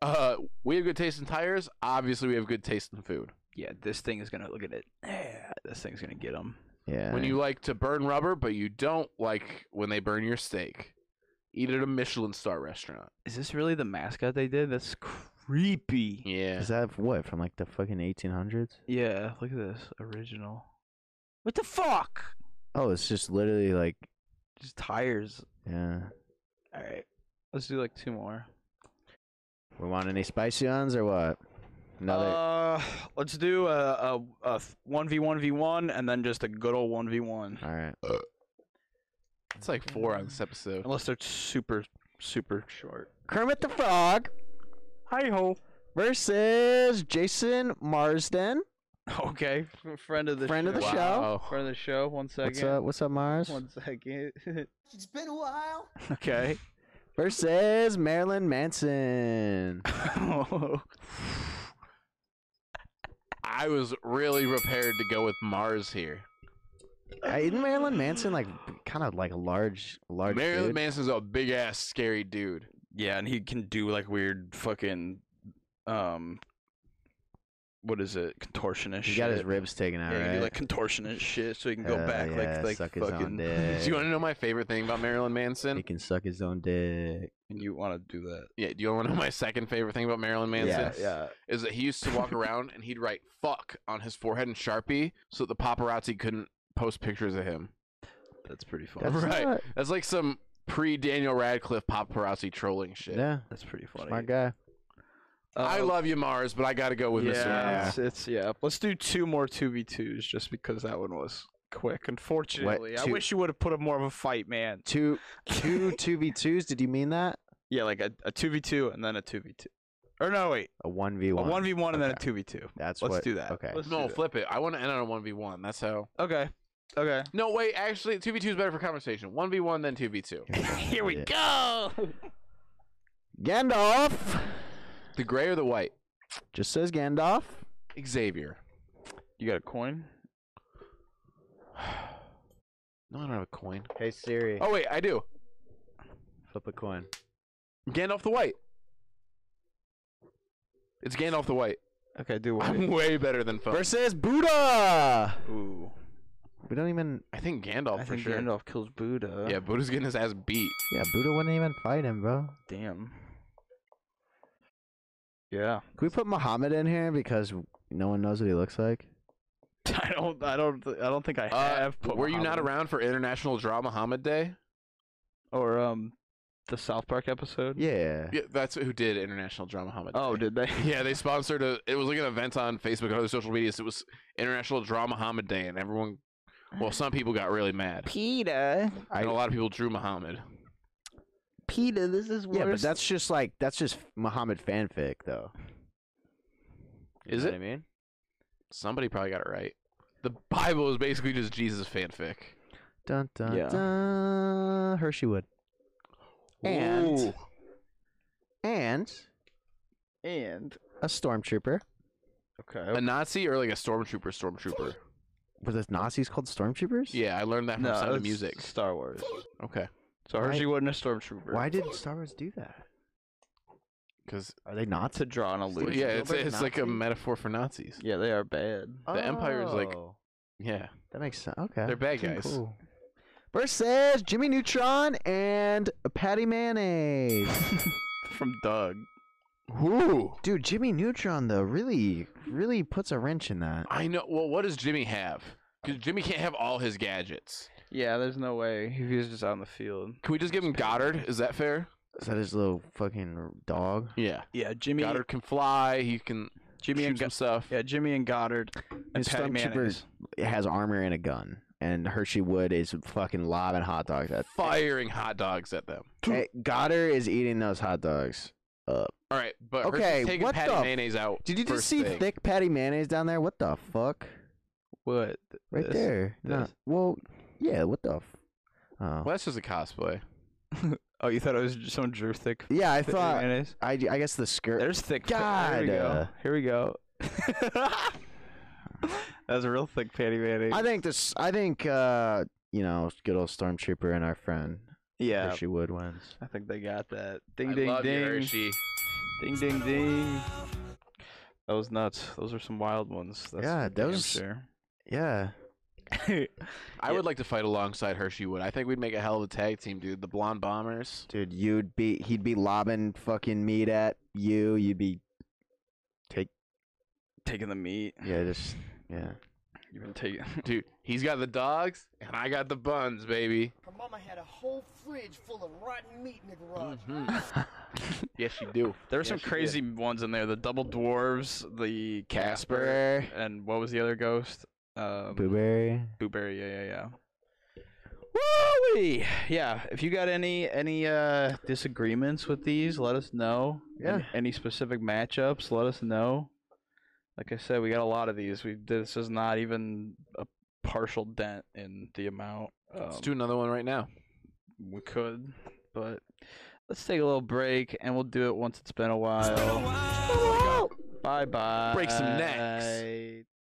Speaker 3: Uh, we have good taste in tires. Obviously, we have good taste in food.
Speaker 2: Yeah, this thing is gonna look at it. Yeah, this thing's gonna get them.
Speaker 1: Yeah.
Speaker 3: When you like to burn rubber, but you don't like when they burn your steak, eat at a Michelin star restaurant.
Speaker 2: Is this really the mascot they did? That's creepy.
Speaker 3: Yeah.
Speaker 1: is that what from like the fucking 1800s?
Speaker 2: Yeah, look at this original. What the fuck?
Speaker 1: Oh, it's just literally like
Speaker 2: Just tires.
Speaker 1: yeah.
Speaker 2: All right, let's do like two more.
Speaker 1: We want any spicy ones or what? Another.
Speaker 2: Uh, let's do a a one v one v one, and then just a good old one v one.
Speaker 1: All right.
Speaker 3: It's like four on this episode.
Speaker 2: Unless they're super super short.
Speaker 1: Kermit the Frog
Speaker 2: Hi ho.
Speaker 1: versus Jason Marsden.
Speaker 2: Okay, friend of the
Speaker 1: Friend
Speaker 2: show.
Speaker 1: of the show.
Speaker 2: Friend of the show. One second.
Speaker 1: What's up? What's up, Mars?
Speaker 2: One second.
Speaker 5: It's been a while.
Speaker 2: okay.
Speaker 1: Versus Marilyn Manson.
Speaker 3: I was really prepared to go with Mars here.
Speaker 1: Uh, Isn't Marilyn Manson like kind of like a large, large
Speaker 3: Marilyn
Speaker 1: dude?
Speaker 3: Manson's a big ass scary dude.
Speaker 2: yeah, and he can do like weird fucking um. What is it? Contortionist.
Speaker 1: he
Speaker 2: shit.
Speaker 1: got his ribs taken out,
Speaker 2: Yeah, he can
Speaker 1: right?
Speaker 2: do like contortionist shit, so he can go
Speaker 1: Hell
Speaker 2: back
Speaker 1: yeah,
Speaker 2: like like
Speaker 1: suck his own
Speaker 2: fucking.
Speaker 1: dick.
Speaker 3: Do you want to know my favorite thing about Marilyn
Speaker 1: He
Speaker 3: Manson?
Speaker 1: can suck his own dick.
Speaker 2: And you want to do that?
Speaker 3: Yeah. Do you want to know my second favorite thing about Marilyn Manson?
Speaker 1: Yes.
Speaker 2: Yeah.
Speaker 3: Is that he used to walk around and he'd write "fuck" on his forehead in Sharpie so that the paparazzi couldn't post pictures of him.
Speaker 2: That's pretty funny.
Speaker 1: That's
Speaker 2: That's,
Speaker 3: Right.
Speaker 1: not-
Speaker 3: That's like some pre Daniel Radcliffe paparazzi trolling shit.
Speaker 1: Yeah.
Speaker 2: pretty funny.
Speaker 1: Smart guy.
Speaker 3: I
Speaker 2: Uh,
Speaker 3: love you, Mars, but I gotta go with
Speaker 2: yeah,
Speaker 3: Mr. Mars.
Speaker 2: It's, it's- yeah. Let's do two more two v twos just because that one was quick. Unfortunately, I
Speaker 1: two-
Speaker 2: wish you would have put up more of a fight, man.
Speaker 1: Two, two, two v twos. Did you mean that?
Speaker 2: yeah, like a two v two and then a two v two. Or no, wait,
Speaker 1: A one v
Speaker 2: a
Speaker 1: one.
Speaker 2: one v one and then a
Speaker 1: Okay.
Speaker 2: two v two.
Speaker 1: That's
Speaker 2: Let's
Speaker 1: what.
Speaker 2: do that.
Speaker 1: Okay.
Speaker 2: Let's
Speaker 3: No,
Speaker 2: do that.
Speaker 3: flip it. I want to end on a one v one. That's how.
Speaker 2: Okay. Okay.
Speaker 3: No, wait. Actually, two v two is better for conversation. One v one, then two v two.
Speaker 2: Here we
Speaker 1: Yeah.
Speaker 2: go.
Speaker 1: Gandalf.
Speaker 3: The gray or the white?
Speaker 1: Just says Gandalf.
Speaker 3: Xavier.
Speaker 2: You got a coin?
Speaker 3: No, I don't have a coin.
Speaker 1: Hey Siri,
Speaker 3: Oh wait, I do.
Speaker 1: flip a coin.
Speaker 3: Gandalf the White. It's Gandalf the White.
Speaker 2: Okay, do
Speaker 3: I'm
Speaker 2: one.
Speaker 3: way better than Phone.
Speaker 1: Versus Buddha.
Speaker 2: Ooh.
Speaker 1: We don't even.
Speaker 3: I think Gandalf
Speaker 2: I
Speaker 3: for
Speaker 2: think
Speaker 3: sure.
Speaker 2: Gandalf kills Buddha.
Speaker 3: Yeah, Buddha's getting his ass beat.
Speaker 1: Yeah, Buddha wouldn't even fight him, bro.
Speaker 2: Damn. Yeah.
Speaker 1: Can we put Muhammad in here because no one knows what he looks like?
Speaker 2: I don't. I don't. I don't think I
Speaker 3: Uh,
Speaker 2: have. put
Speaker 3: were you not
Speaker 2: Muhammad in.
Speaker 3: around for International Draw Muhammad Day?
Speaker 2: Or um, the South Park episode.
Speaker 1: Yeah.
Speaker 3: Yeah, that's who did International Draw Muhammad. Day.
Speaker 2: Oh, did they?
Speaker 3: Yeah, they sponsored a. It was like an event on Facebook and other social medias. It was International Draw Muhammad Day, and everyone, well, some people got really mad.
Speaker 2: Peter.
Speaker 3: and a lot of people drew Muhammad.
Speaker 2: Peter, this is
Speaker 1: Yeah, but that's just like that's just Muhammad fanfic though. You
Speaker 3: Is
Speaker 1: know
Speaker 3: it?
Speaker 1: What I mean,
Speaker 3: Somebody probably got it right. The Bible is basically just Jesus fanfic.
Speaker 1: dun dun
Speaker 2: Yeah.
Speaker 1: dun. Hershey Wood. And
Speaker 2: Ooh.
Speaker 1: and
Speaker 2: and
Speaker 1: a stormtrooper.
Speaker 2: okay.
Speaker 3: A Nazi or like a stormtrooper, stormtrooper.
Speaker 1: Were the Nazis called stormtroopers?
Speaker 3: Yeah, I learned that from
Speaker 2: no,
Speaker 3: Sound of
Speaker 2: it's
Speaker 3: Music.
Speaker 2: Star Wars.
Speaker 3: Okay,
Speaker 2: So
Speaker 1: Why-
Speaker 2: Hershey wasn't a stormtrooper.
Speaker 1: Why did Star Wars do that?
Speaker 3: because
Speaker 1: Are they not?
Speaker 2: To draw an illusion.
Speaker 3: yeah, it's
Speaker 1: Spielberg
Speaker 3: it's like a
Speaker 1: Nazi?
Speaker 3: metaphor for Nazis.
Speaker 2: Yeah, they are bad.
Speaker 3: the Empire is like-
Speaker 1: Oh,
Speaker 3: Yeah,
Speaker 1: that makes sense. Okay,
Speaker 3: they're bad
Speaker 1: Okay,
Speaker 3: guys.
Speaker 1: Cool. Versus Jimmy Neutron and Patty Mayonnaise.
Speaker 2: From Doug.
Speaker 3: Ooh,
Speaker 1: Dude, Jimmy Neutron though really, really puts a wrench in that.
Speaker 3: I know. Well, what does Jimmy have? Because Jimmy can't have all his gadgets.
Speaker 2: Yeah, there's no way he was just out in the field.
Speaker 3: Can we just give him Goddard? Is that fair?
Speaker 1: Is that his little fucking dog?
Speaker 3: Yeah.
Speaker 2: Yeah, Jimmy.
Speaker 3: Goddard can fly. He can
Speaker 2: Jimmy
Speaker 3: shoot
Speaker 2: and
Speaker 3: some stuff.
Speaker 2: Yeah, Jimmy and Goddard and
Speaker 1: His
Speaker 2: Patty
Speaker 1: stormtroopers-
Speaker 2: Mayonnaise.
Speaker 1: It has armor and a gun. And Hershey Wood is fucking lobbing hot dogs at.
Speaker 3: Firing hot dogs at them.
Speaker 1: Hey, Goddard is eating those hot dogs up.
Speaker 3: All right, but Hershey's
Speaker 1: Okay,
Speaker 3: taking
Speaker 1: what
Speaker 3: Patty
Speaker 1: the-
Speaker 3: mayonnaise out.
Speaker 1: Did you just
Speaker 3: first
Speaker 1: see
Speaker 3: thing.
Speaker 1: thick Patty mayonnaise down there? What the fuck?
Speaker 2: What?
Speaker 1: Right
Speaker 2: This-
Speaker 1: there. No.
Speaker 2: this.
Speaker 1: well, yeah. What the? F- oh.
Speaker 3: Well, that's just a cosplay.
Speaker 2: Oh, you thought it was just some Drew thick
Speaker 1: Yeah, I
Speaker 2: thick
Speaker 1: thought.
Speaker 2: mayonnaise?
Speaker 1: I, I guess the skirt.
Speaker 2: There's thick. pa-
Speaker 1: God,
Speaker 2: Here we go. Here we go. That's a real thick patty mayonnaise.
Speaker 1: I think this. I think uh, you know, good old stormtrooper and our friend
Speaker 2: yeah,
Speaker 1: Hershey Wood wins.
Speaker 2: I think they got that. Ding
Speaker 3: I
Speaker 2: ding
Speaker 3: love you,
Speaker 2: ding.
Speaker 3: Hershey.
Speaker 2: Ding ding ding. That was nuts. Those are some wild ones. That's
Speaker 1: Yeah,
Speaker 2: for damn
Speaker 1: those-
Speaker 2: sure.
Speaker 1: Yeah.
Speaker 3: I would like to fight alongside Hershey Wood. I think we'd make a hell of a tag team, dude. The Blonde Bombers.
Speaker 1: Dude, you'd be he'd be lobbing fucking meat at you. You'd be
Speaker 2: Taking the meat.
Speaker 1: yeah, just yeah.
Speaker 2: You've been taking.
Speaker 3: Dude, he's got the dogs, and I got the buns, baby.
Speaker 5: Her mama had a whole fridge full of rotten meat in the garage.
Speaker 3: Mm-hmm. Yes, you do.
Speaker 2: There were
Speaker 3: Yes,
Speaker 2: some
Speaker 3: you did.
Speaker 2: crazy ones in there. The double dwarves, the Casper, and what was the other ghost? Um,
Speaker 1: Blueberry.
Speaker 2: Booberry, yeah, yeah, yeah. Woo-wee! Yeah, if you got any any uh disagreements with these, let us know. An-
Speaker 1: Yeah.
Speaker 2: Any, specific matchups, let us know. Like I said, we got a lot of these. We this is not even a partial dent in the amount. Um,
Speaker 3: Let's do another one right now.
Speaker 2: we could, but let's take a little break and we'll do it once it's been a while. Bye bye.
Speaker 3: Break some necks.